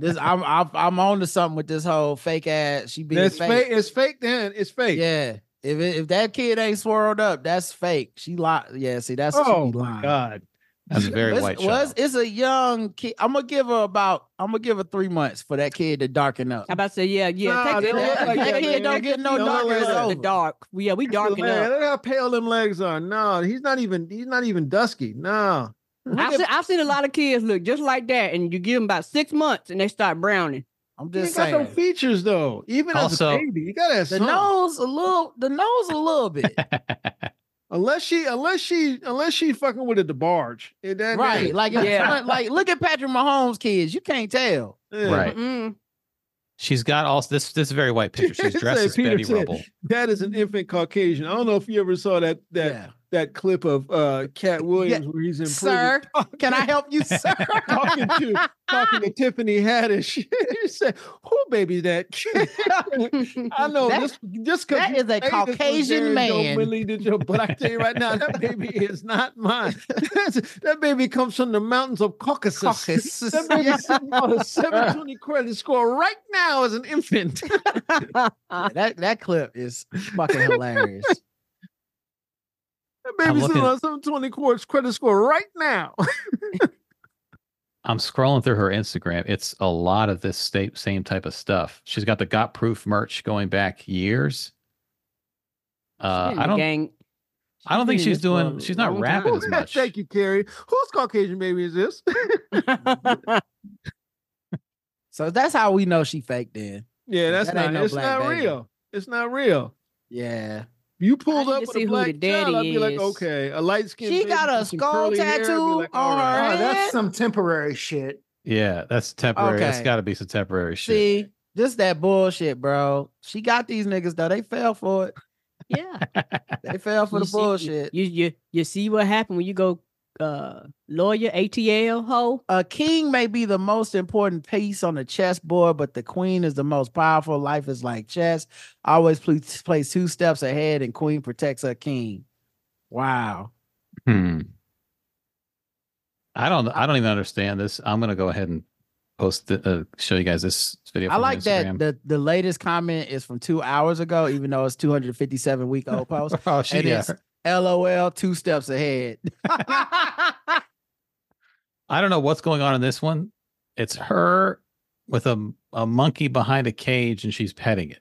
this I'm, I'm I'm on to something with this whole fake ass. She being It's fake. It's fake. Then it's fake. Yeah. If it, if that kid ain't swirled up, that's fake. She lied. Yeah, see, that's she Oh be my lying. god. That's a very It's- white was child. it's a young kid. I'm gonna give her about. I'm gonna give her three months for that kid to darken up. I'm about to say, yeah, yeah. Nah, take they it don't up. look like That that, man. kid don't get no They don't look darker. like that. than The dark. Yeah, we darken Man, up. look how pale them legs are. No, he's not even he's not even dusky. No. I've seen, I've seen a lot of kids look just like that, and you give them about six months, and they start browning. I'm He just ain't got saying. no features though. Even as Also- a baby, you gotta have the something. nose a little. The nose a little bit. Unless she, unless she, unless she fucking with a debarge. It- that- right. Like it's Yeah. not- like look at Patrick Mahomes' kids. You can't tell. yeah. Right. Mm-mm. She's got all this. This is a very white picture. She's Say, dressed as Peter Betty said, Rubble. That is an infant Caucasian. I don't know if you ever saw that that yeah. that clip of uh Cat Williams where he's in prison Oh, Sir, can I help you, sir? talking to talking to Tiffany Haddish. you said, "Who baby that?" Uh, I know That- this just because that is a Caucasian man. Really did your, but I tell you right now, that baby is not mine. that baby comes from the mountains of Caucasus. Caucus. That baby's sitting on a 720 credit score right now as an infant. that that clip is fucking hilarious. That baby's sitting looking- on a 720 course credit score right now. I'm scrolling through her Instagram. It's a lot of this sta- same type of stuff. She's got the Got Proof merch going back years. Uh, I don't. Gang. I don't think been in she's this for a doing. She's not long rapping time. as much. Thank you, Carrie. Whose Caucasian baby is this? so that's how we know she faked in. Yeah, that's That ain't not. no it's black not baby. real. It's not real. Yeah. You pulled need up to with see a who black the daddy child, I'd be like, is. okay, a light skin. She got a skull tattoo on her Oh, Alright. that's some temporary shit. Yeah, that's temporary. That's Okay. got to be some temporary shit. See, just that bullshit, bro. She got these niggas though. They fell for it. yeah. They fell for You the see- bullshit. You you you see what happened when you go uh lawyer ATL hoe. a king may be the most important piece on the chessboard, but the queen is the most powerful. Life is like chess. Always pl- plays two steps ahead, and queen protects her king. Wow. Hmm. I don't. I don't even understand this. I'm gonna go ahead and post. The, uh, show you guys this video. I from her like that Instagram. the, the latest comment is from two hours ago, even though it's 257 week old post. oh, she, and yeah. it's LOL two steps ahead. I don't know what's going on in this one. It's her with a a monkey behind a cage, and she's petting it.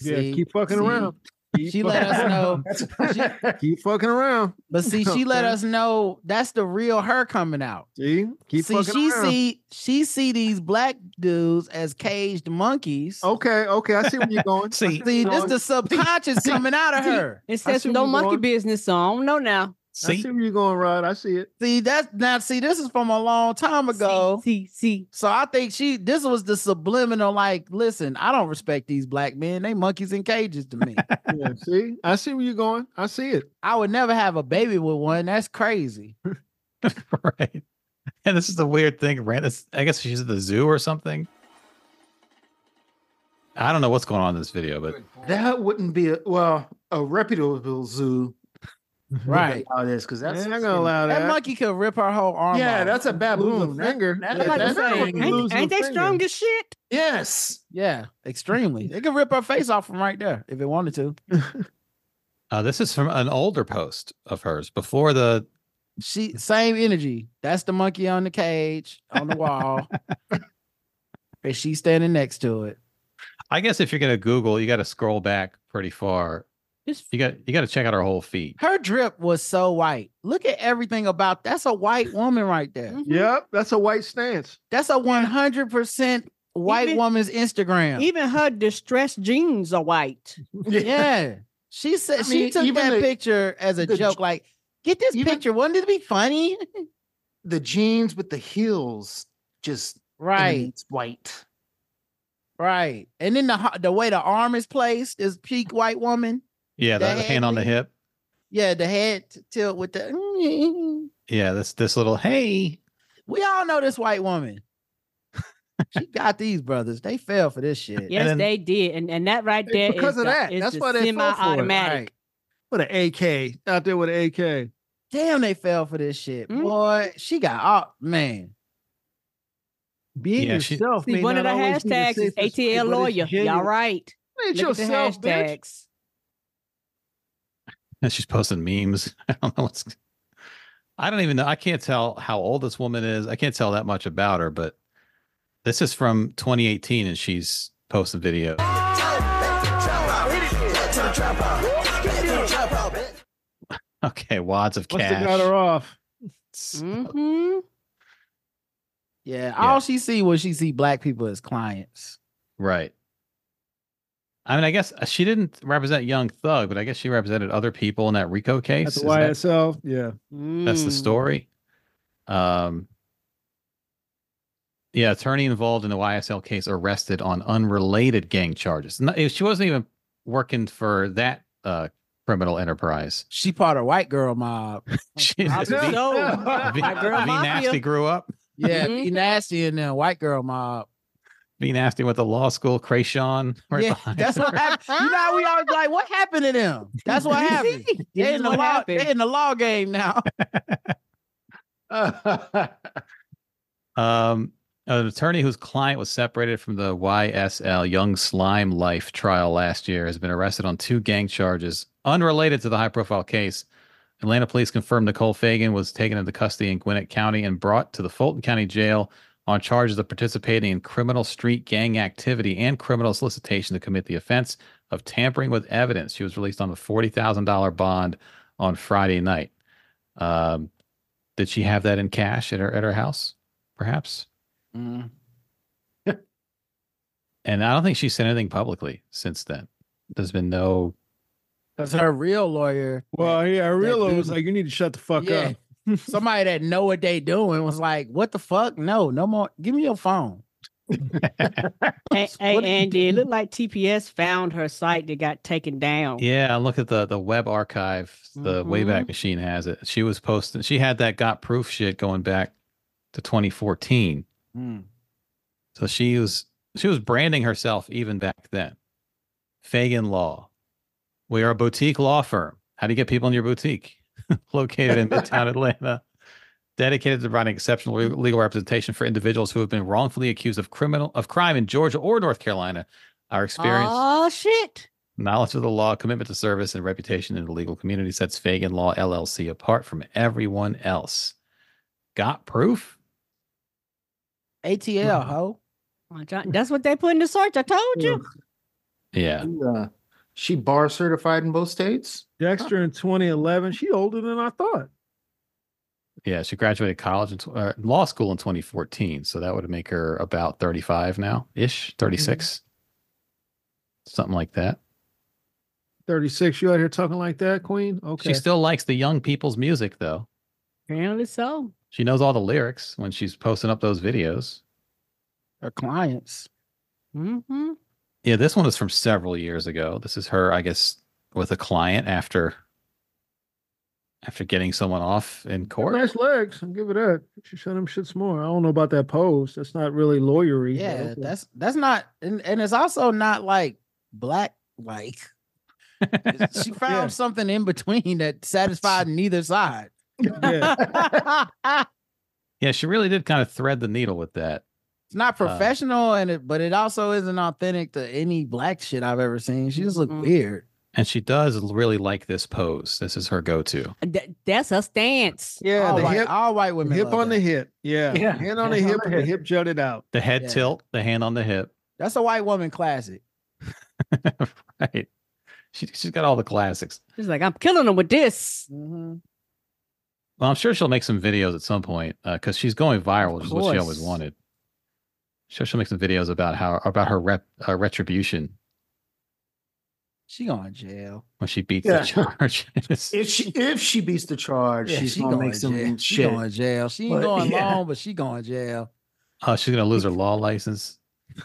Yeah, See? keep fucking See? around. Keep She let fucking us around. know. That's Keep fucking around. But see, she let Okay. us know that's the real her coming out. See, keep see, fucking she around. see she see these black dudes as caged monkeys. okay, okay, I see where you're going. See, See, this No, the subconscious coming out of her. It I says see where no you're monkey going. business, so I don't know now. I see see, where you're going, Rod. I see it. See, that's now. See, this is from a long time ago. See, see, So I think she. This was the subliminal. Like, listen, I don't respect these black men. They monkeys in cages to me. Yeah, see, I see where you're going. I see it. I would never have a baby with one. That's crazy. right? And this is the weird thing. Ran. This, I guess she's at the zoo or something. I don't know what's going on in this video, but that wouldn't be a well a reputable zoo. Mm-hmm. Right. All this because that's That's not gonna allow that. That monkey could rip her whole arm. Yeah, off. that's a baboon. Lose a That- finger. that- Yeah, I'm about to that's say, how you ain't, lose a ain't they finger. strong as shit? yes. yeah, extremely. It could rip her face off from right there if it wanted to. uh, this is from an older post of hers before the She same energy. That's the monkey on the cage on the wall, and she's standing next to it. I guess if you're gonna Google, you got to scroll back pretty far. It's- You got you got to check out her whole feed. Her drip was so white. Look at everything about that's a white woman right there. Mhm. Yep, that's a white stance. That's a 100% white Even- woman's Instagram. Even her distressed jeans are white. yeah. She said I she mean, took even that the- picture as a the joke j- like get this even- picture wouldn't it be funny? The jeans with the heels just and then Right. it's white. Right. And then the ho- the way the arm is placed is peak white woman. Yeah, the, the hand on the Dang. hip. Yeah, the head t- tilt with the Yeah, this this little hey. We all know this white woman. she got these brothers. They fell for this shit. Yes, then- they did, and and that right It's there is because of the- that. is That's the why they fell for it. semi-automatic. Right. What an AK out there with an AK. Damn, they fell for this shit. Mm. Boy, she got all man. Being Yeah, she- yourself. See, may one of the not always be hashtags is safest way, ATL but it's lawyer. Y'all genuine. right. Ain't Look at the yourself, bitch. hashtags. And she's posting memes. I don't know what's. I don't even know. I can't tell how old this woman is. I can't tell that much about her, but this is from 2018 and she's posting video. Okay, wads of Must have got cash. her off. Mm-hmm. Yeah, Yeah. all she see was she see black people as clients. Right. I mean, I guess uh, she didn't represent Young Thug, but I guess she represented other people in that Rico case. At the Is that- YSL. Yeah. That's the story. Um, yeah, attorney involved in the YSL case arrested on unrelated gang charges. No- she wasn't even working for that uh, criminal enterprise. She part of white girl mob. She, I v, believe- v, v My girl Nasty Mafia. grew up. Yeah, Mm-hmm. be nasty and then white girl mob. V Nasty went to law school. Krayshawn. right yeah, behind that's what her. happened. You know, how we always like, what happened to them? That's what happened. They in the what law. happened. They in the law game now. Um, an attorney whose client was separated from the YSL Young Slime Life trial last year has been arrested on two gang charges unrelated to the high profile case. Atlanta police confirmed Nicole Fagan was taken into custody in Gwinnett County and brought to the Fulton County Jail on charges of participating in criminal street gang activity and criminal solicitation to commit the offense of tampering with evidence. She was released on a $40,000 bond on Friday night. Um, did she have that in cash at her at her house? perhaps. Mm. And I don't think she said anything publicly since then. There's been no. Cause her real lawyer, Well, yeah, I realized dude- it was like, you need to shut the fuck yeah, up. somebody that know what they doing was like, what the fuck? No, no more. Give me your phone. Hey, hey, What did you Andy, it do? looked like TPS found her site that got taken down. Yeah, look at the the web archive. The Mhm. Wayback Machine has it. She was posting. She had that got proof shit going back to 2014. Mm. So she was she was branding herself even back then. Fagan Law. We are a boutique law firm. How do you get people in your boutique? Located in Midtown Atlanta, dedicated to providing exceptional le- legal representation for individuals who have been wrongfully accused of criminal of crime in Georgia or North Carolina. Our experience, Oh shit! knowledge of the law, commitment to service, and reputation in the legal community sets Fagan Law LLC apart from everyone else. Got proof? ATL ho. Well, John- That's what they put in the search. I told you. Yeah. Yeah. uh, She bar certified in both states. Dexter in 2011. She older than I thought. Yeah, she graduated college and uh, law school in 2014, so that would make her about 35 now, ish, 36, something like that. 36. You out here talking like that, Queen? Okay. She still likes the young people's music, though. Apparently so. She knows all the lyrics when she's posting up those videos. Her clients. Mm-hmm. Yeah, this one is from several years ago. This is her, I guess, with a client after after getting someone off in Got court. Oh, nice legs. I'll give it that. She shut them shits more. I don't know about that pose. That's not really lawyery. but Yeah, okay. that's that's not, and, and it's also not like black like. She found Yeah. something in between that satisfied neither side. yeah. it's yeah, she really did kind of thread the needle with that. not professional, and it, but it also isn't authentic to any black shit I've ever seen. She just looked Mm-mm. weird. And she does really like this pose. This is her go-to. Th- that's her stance. Yeah. all, The white, hip, Oh, all white women. hip love on the that. hip. Yeah. Yeah, Hand on the hand on hip the and the hip jutted out. The head Yeah. tilt, the hand on the hip. That's a white woman classic. right. She, she's got all the classics. She's like, I'm killing them with this. Mhm. Well, I'm sure she'll make some videos at some point because she's going viral, which is what she always course. wanted. Sure, she'll make some videos about how about her rep uh, retribution She going to jail. when she beats Yeah. the charge. It's- If she if she beats the charge, Yeah, she's she gonna going make to some jail. She shit. going to jail. She ain't But- going yeah. long, but she going to jail. uh, she's gonna lose her law license.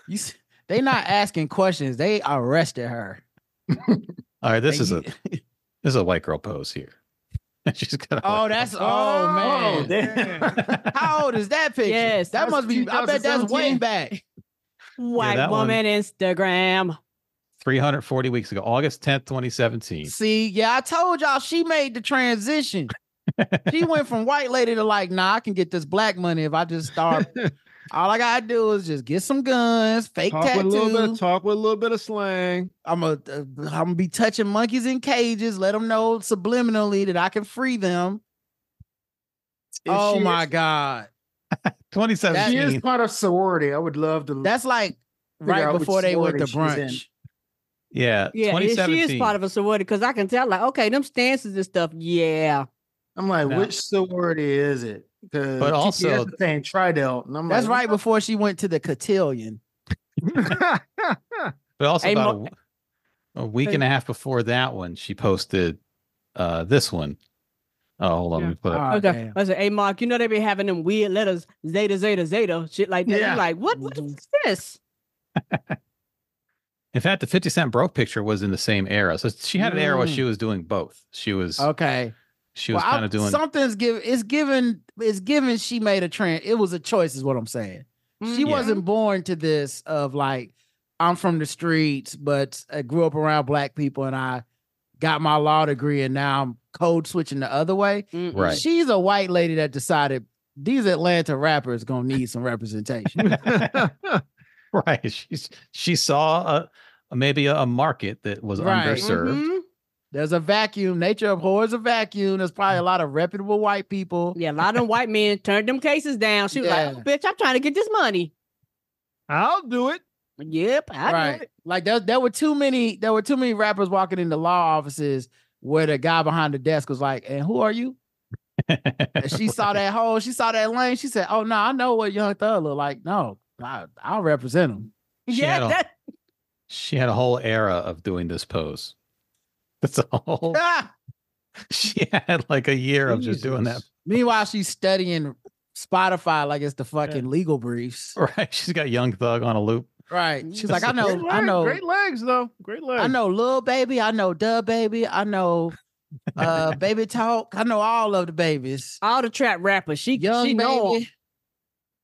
You see, they not asking questions. They arrested her. All right, this Like, is a this is a white girl pose here. she's got. a Oh, white girl- that's oh, Oh, man. Oh, damn. How old is that picture? Yes, that that's must be. I bet that's way 2017. back. White that one- woman Instagram. 340 weeks ago, August 10th, 2017. See, yeah, I told y'all she made the transition. she went from white lady to like, nah, I can get this black money if I just start. All I gotta do is just get some guns, fake Talk with a little bit of tattoos. talk with a little bit of slang. I'm a, uh, I'm gonna be touching monkeys in cages. Let them know subliminally that I can free them. If oh she my is- god, She is 2017. part of sorority. I would love to. that's like Figure out right which before they went to sorority she's in. brunch. Yeah, Yeah, and she 2017. is part of a sorority because I can tell, like, okay, them stances and stuff. Yeah, I'm like, No. which sorority is it? Because But also- saying Tridel, and I'm That's like, right before she went to the cotillion. But also Hey, about a Mo- w- a, week Hey. and a half before that one, she posted uh this one. Oh, hold Yeah. on, Uh. let me put it up. Ah, okay. damn. I said, hey, Mark, you know they be having them weird letters, zeta, zeta, zeta, shit like that. Yeah. You're like, what? What Mhm. is this? In fact, the 50 Cent broke picture was in the same era. So she had an era where she Mm. was doing both. She was Oh, Okay. she was Well, kind of I'm- doing something's given. It's given. It's given. She made a trend. It was a choice, is what I'm saying. She Mhm. wasn't born to this. Of like, I'm from the streets, but I grew up around black people, and I got my law degree, and now I'm code switching the other way. Mm-mm. right. She's a white lady that decided these Atlanta rappers gonna need some representation. right. She's she saw a, a- maybe a, a market that was Right. underserved. Mhm. There's a vacuum. Nature abhors a vacuum. There's Mm. probably a lot of reputable white people. Yeah, a lot of them white men turned them cases down. She was like, Yeah. oh, bitch, I'm trying to get this money. I'll do it. Yep, I know right. it. Like there, there were too many, there were too many rappers walking into law offices where the guy behind the desk was like, and who are you? And she saw that hole, she saw that lane. She said, Oh no, I know what young thug look like. No, I, I'll represent him. She Yeah, had a- that, She had a whole era of doing this pose. That's a whole Ah! she had like a year of just doing that. Jesus. Meanwhile, she's studying Spotify like it's the fucking legal briefs. Right. She's got young thug on a loop. Right. She's like, I Just- know, Great I leg- know, Great legs though. Great legs. I know Lil Baby, I know Dub Baby, I know uh Baby Talk, I know all of the babies. all the trap rappers. She, Young she know 'em.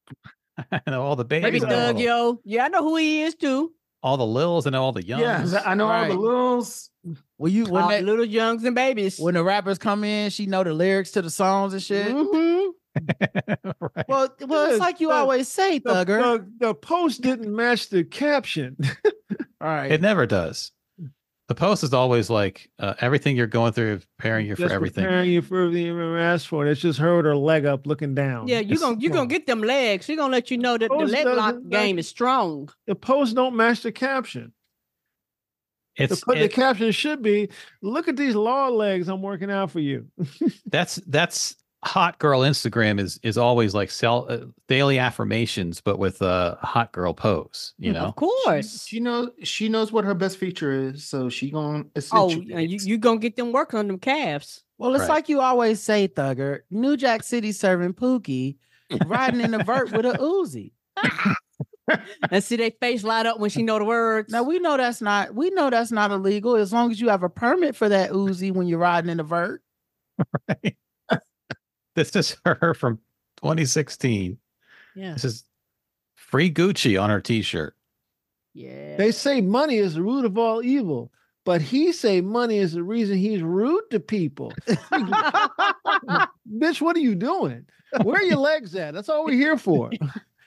baby. I know all the Baby babies. I know all Thug, the- yo. Yeah, I know who he is too. all the lils and all the youngs. Yeah, 'cause I know all Right. the littles. When you when All they- the little youngs and babies. when the rappers come in, she know the lyrics to the songs and shit. Mhm. right. Well, well, it's Thug, like you thug, always say, the, thugger. the- the post didn't match the caption. All right, it never does. The post is always like uh, everything you're going through, preparing you for Just everything. Preparing you for everything you ever asked for. And it's just her with her leg up looking down. Yeah, you It's gonna you wrong. gonna get them legs. She gonna let you know that Oh, the Those leg doesn't lock matter. game is strong. The post don't match the caption. The, It's po- the it- caption should be, look at these law legs I'm working out for you. that's that's hot girl Instagram is is always like sell uh, daily affirmations, but with a hot girl pose. You know, Of course. She knows she knows what her best feature is, so she gonna oh, accentuate. and you you gonna get them working on them calves. well, it's Right. like you always say, thugger. New Jack City serving Pookie, riding in the vert with a Uzi. And see they face light up when she know the words. Now we know that's not we know that's not illegal as long as you have a permit for that Uzi when you're riding in the vert. this is her from 2016. yeah, This is free Gucci on her T-shirt. yeah. They say money is the root of all evil, but he say money is the reason he's rude to people. Bitch, what are you doing? Where are your legs at? That's all we're here for.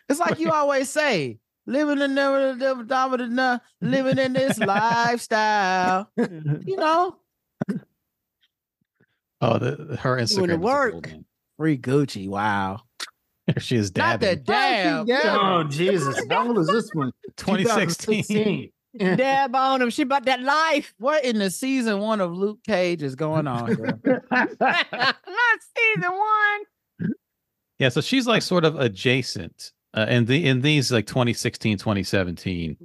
It's like you always say, living in the living in this lifestyle. You know, Oh, the, Doing her Instagram. the is a gold work. mine. free Gucci. Wow, There she is not the dabbing. dab. Oh Jesus! How old is this one? 2016. 2016. Yeah. dab on them. She about that life. What in the season one of Luke Cage is going on? Girl? Not season one. Yeah, so she's like sort of adjacent uh, in the in these like 2016, 2017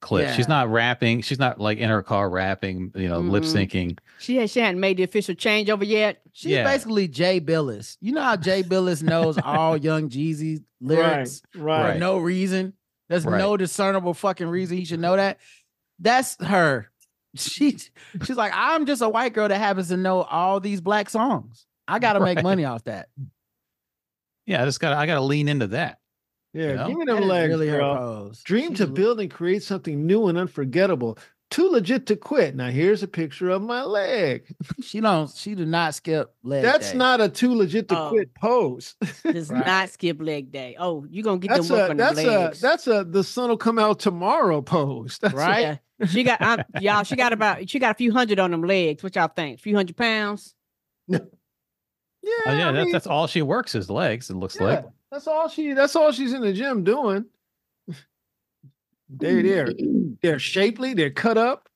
clips. She's Yeah. not rapping. She's not like in her car rapping. You know, lip Mm-mm. syncing. She had she hadn't made the official changeover yet. She's Yeah. basically Jay Billis. You know how Jay Billis knows all Young Jeezy lyrics for Right. no reason. There's Right. no discernible fucking reason he should know that. That's her. She she's like, I'm just a white girl that happens to know all these black songs. I gotta make Right. money off that. Yeah, I just got to I got to lean into that. Yeah, You know? give me That them is legs, really her girl. pose. Dream to build and create something new and unforgettable. Too legit to quit. Now here's a picture of my leg. She don't she do not skip leg That's day. not a too legit to Oh. quit pose. Does Right. not skip leg day. Oh, you gonna get That's them work a on that's them a legs. that's a the sun will come out tomorrow pose. That's a- right. Yeah. She got I'm, y'all. She got about she got a few hundred on them legs. What y'all think? A few hundred pounds. Yeah, Oh, yeah, I that's, mean, that's all she works is legs. It looks like. yeah, that's all she. That's all she's in the gym doing. They they're Mm. they're shapely. They're cut up.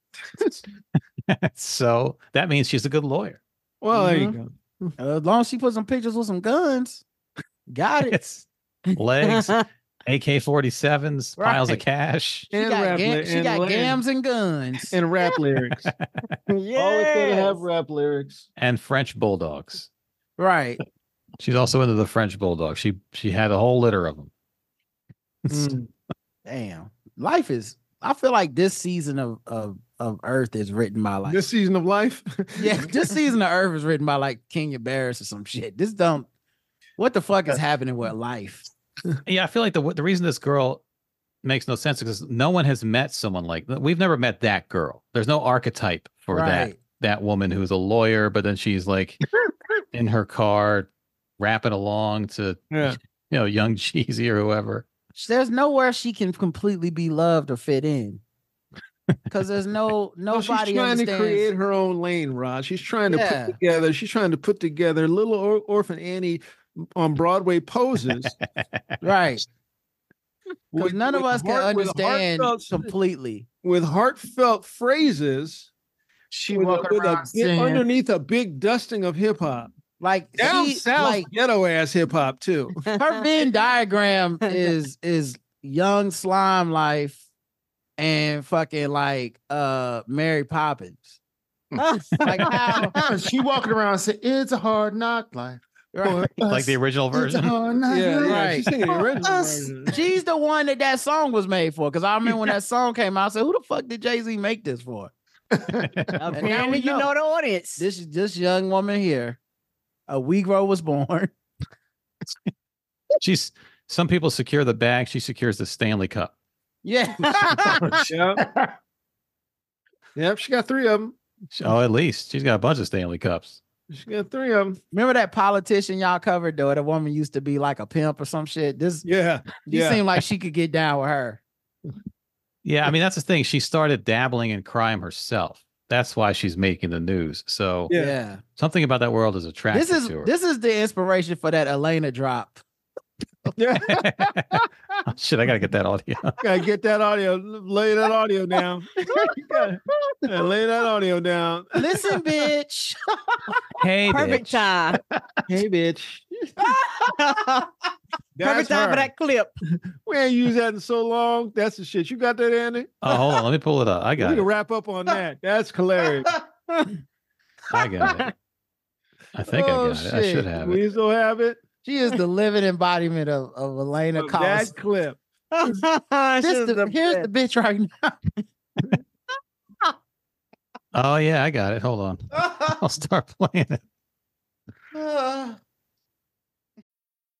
so that means she's a good lawyer. well, there you Mm-hmm. go. As long as she put some pictures with some guns, got it. It's legs, AK 47s, piles of Right. cash. She And got, rap ga- lyrics. she and, got and- gams and guns. and rap lyrics. Always gotta have rap lyrics. and French bulldogs. right. She's also into the French bulldog. She she had a whole litter of them. Mm. Damn. Life is I feel like this season of of of Earth is written by like This season of life. Yeah, this season of Earth is written by like Kenya Barris or some shit. This dumb what the fuck is happening with life? Yeah, I feel like the the reason this girl makes no sense is because no one has met someone like we've never met that girl. There's no archetype for that right. that woman who's a lawyer, but then she's like in her car rapping along to Yeah. you know young Cheesy or whoever. There's nowhere she can completely be loved or fit in. Cause there's no No, she's nobody trying understands. to create her own lane, Rod. She's trying to Yeah. put together. She's trying to put together little or- orphan Annie on Broadway poses. right. Because with- none of with us can heart- with understand heartfelt- completely. with heartfelt phrases She with a- walk with a around bit- saying, underneath a big dusting of hip hop. Like Down she- south, like ghetto ass hip hop too. her Venn diagram is is young slime life and fucking like uh Mary Poppins. Like how she walking around saying, "It's a hard knock life." right. for Like the us. original It's a version. hard knock yeah, life." yeah, Right. she's singing the original Us- version. she's the one that that song was made for. Because I remember when that song came out, I said, "Who the fuck did Jay Z make this for?" And now Apparently, we you know. know the audience. This this young woman here, a Negro was born. She's some people secure the bag. She secures the Stanley Cup. Yeah, yep. yep, she got three of them. She- Oh, at least she's got a bunch of Stanley Cups. She got three of them. remember that politician y'all covered though? That woman used to be like a pimp or some shit. This Yeah, you yeah. seem like she could get down with her. Yeah, I mean that's the thing. She started dabbling in crime herself. That's why she's making the news. So Yeah. yeah. something about that world is attractive this is to her. this is the inspiration for that Elena drop. yeah. Oh, Shit, I gotta get that audio. Gotta get that audio. Lay that audio down. You gotta- yeah, lay that audio down. Listen, bitch. Hey, Perfect bitch. time. Hey, bitch. Perfect That's time her. for that clip. We ain't used that in so long. That's the shit. You got that, Andy? Oh, hold on, let me pull it up. I we got can it. wrap up on that. That's hilarious. I got it. I think I got it. I should have it. Oh, We still have it. She is the living embodiment of, of Elena Of Collins. that clip. This this the, here's the bitch right now. Oh yeah, I got it. Hold on. I'll start playing it.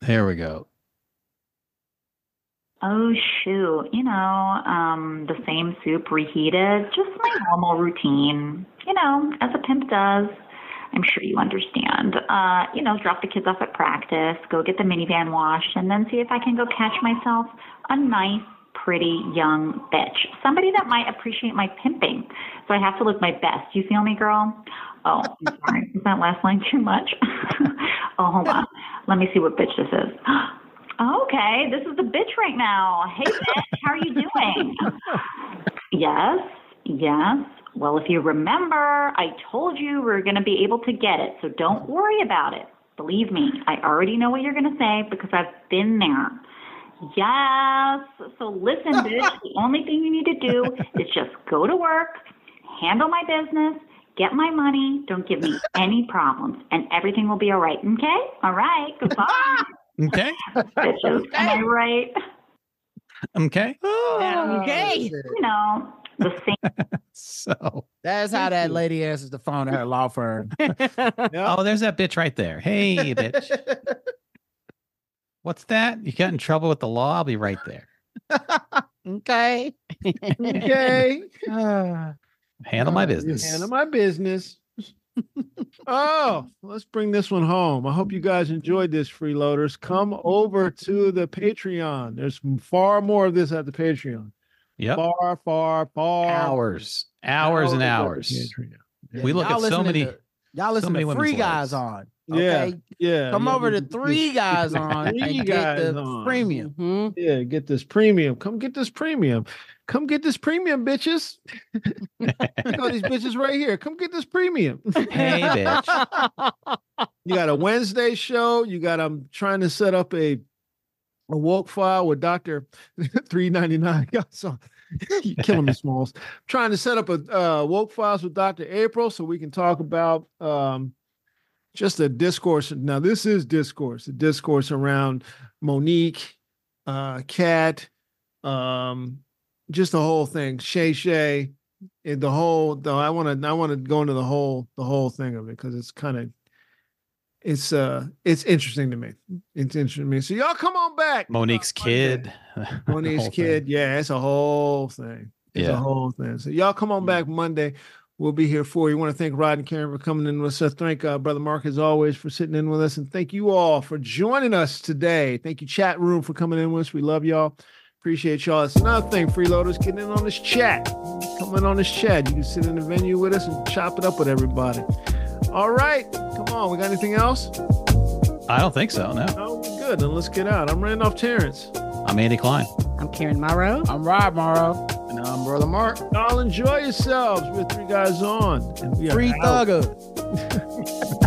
There we go. Oh, shoot. You know, um, the same soup reheated. Just my normal routine, you know, as a pimp does. I'm sure you understand. Uh, you know, drop the kids off at practice, go get the minivan washed, and then see if I can go catch myself a nice, pretty young bitch. Somebody that might appreciate my pimping. So I have to look my best. You feel me, girl? Oh, I'm sorry. Is that last line too much? oh, hold on. Let me see what bitch this is. Okay, this is the bitch right now. Hey, bitch, how are you doing? Yes, yes. Well, if you remember, I told you we were going to be able to get it, so don't worry about it. Believe me, I already know what you're going to say because I've been there. Yes. So listen, bitch, the only thing you need to do is just go to work, handle my business, get my money, don't give me any problems, and everything will be all right. Okay? All right. Goodbye, Okay. bitches. Am I right? Okay. Okay. You know, the same So, That's how that lady answers the phone at her law firm. oh, there's that bitch right there. Hey, bitch. What's that? You got in trouble with the law? I'll be right there. okay. Okay. Handle my Uh, you business. Handle my business. oh, let's bring this one home. I hope you guys enjoyed this, freeloaders. Come over to the Patreon. There's far more of this at the Patreon. Yep. Far, far, far. Hours, hours, and hours hours. at the Patreon. We look Y'all at so listening many. to- y'all listen many to women's three lives. guys on. Yeah, Okay. Yeah. Come yeah, over to this- three guys on Three and guys get the on. premium. hmm Yeah, get this premium. Come get this premium. Come get this premium, bitches. Look at all these bitches right here. Come get this premium. hey, bitch. You got a Wednesday show. You got I'm trying to set up a a woke file with Doctor 399. God, so you're killing me, Smalls. trying to set up a uh, woke files with Doctor April so we can talk about um just the discourse. Now this is discourse. The discourse around Monique, uh, Cat, um, just the whole thing. Shay Shay. and The whole though, I want to I want to go into the whole the whole thing of it because it's kind of it's uh it's interesting to me. It's interesting to me. So y'all come on back. Monique's kid. The Monique's whole thing. kid. Yeah, it's a whole thing. It's a Yeah. whole thing. So y'all come on back Monday. We'll be here for you. want to thank Rod and Karen for coming in with us. Thank uh, Brother Mark, as always, for sitting in with us. And thank you all for joining us today. Thank you, chat room, for coming in with us. We love y'all. Appreciate y'all. It's another thing, freeloaders, getting in on this chat. Come in on this chat. You can sit in the venue with us and chop it up with everybody. All right. Come on. We got anything else? I don't think so. No. Oh, good. Then let's get out. I'm Randolph Terrence. I'm Andy Klein. I'm Karen Morrow. I'm Rob Morrow. And I'm Brother Mark. Y'all enjoy yourselves. We're three guys on. And we are Free out. thugger.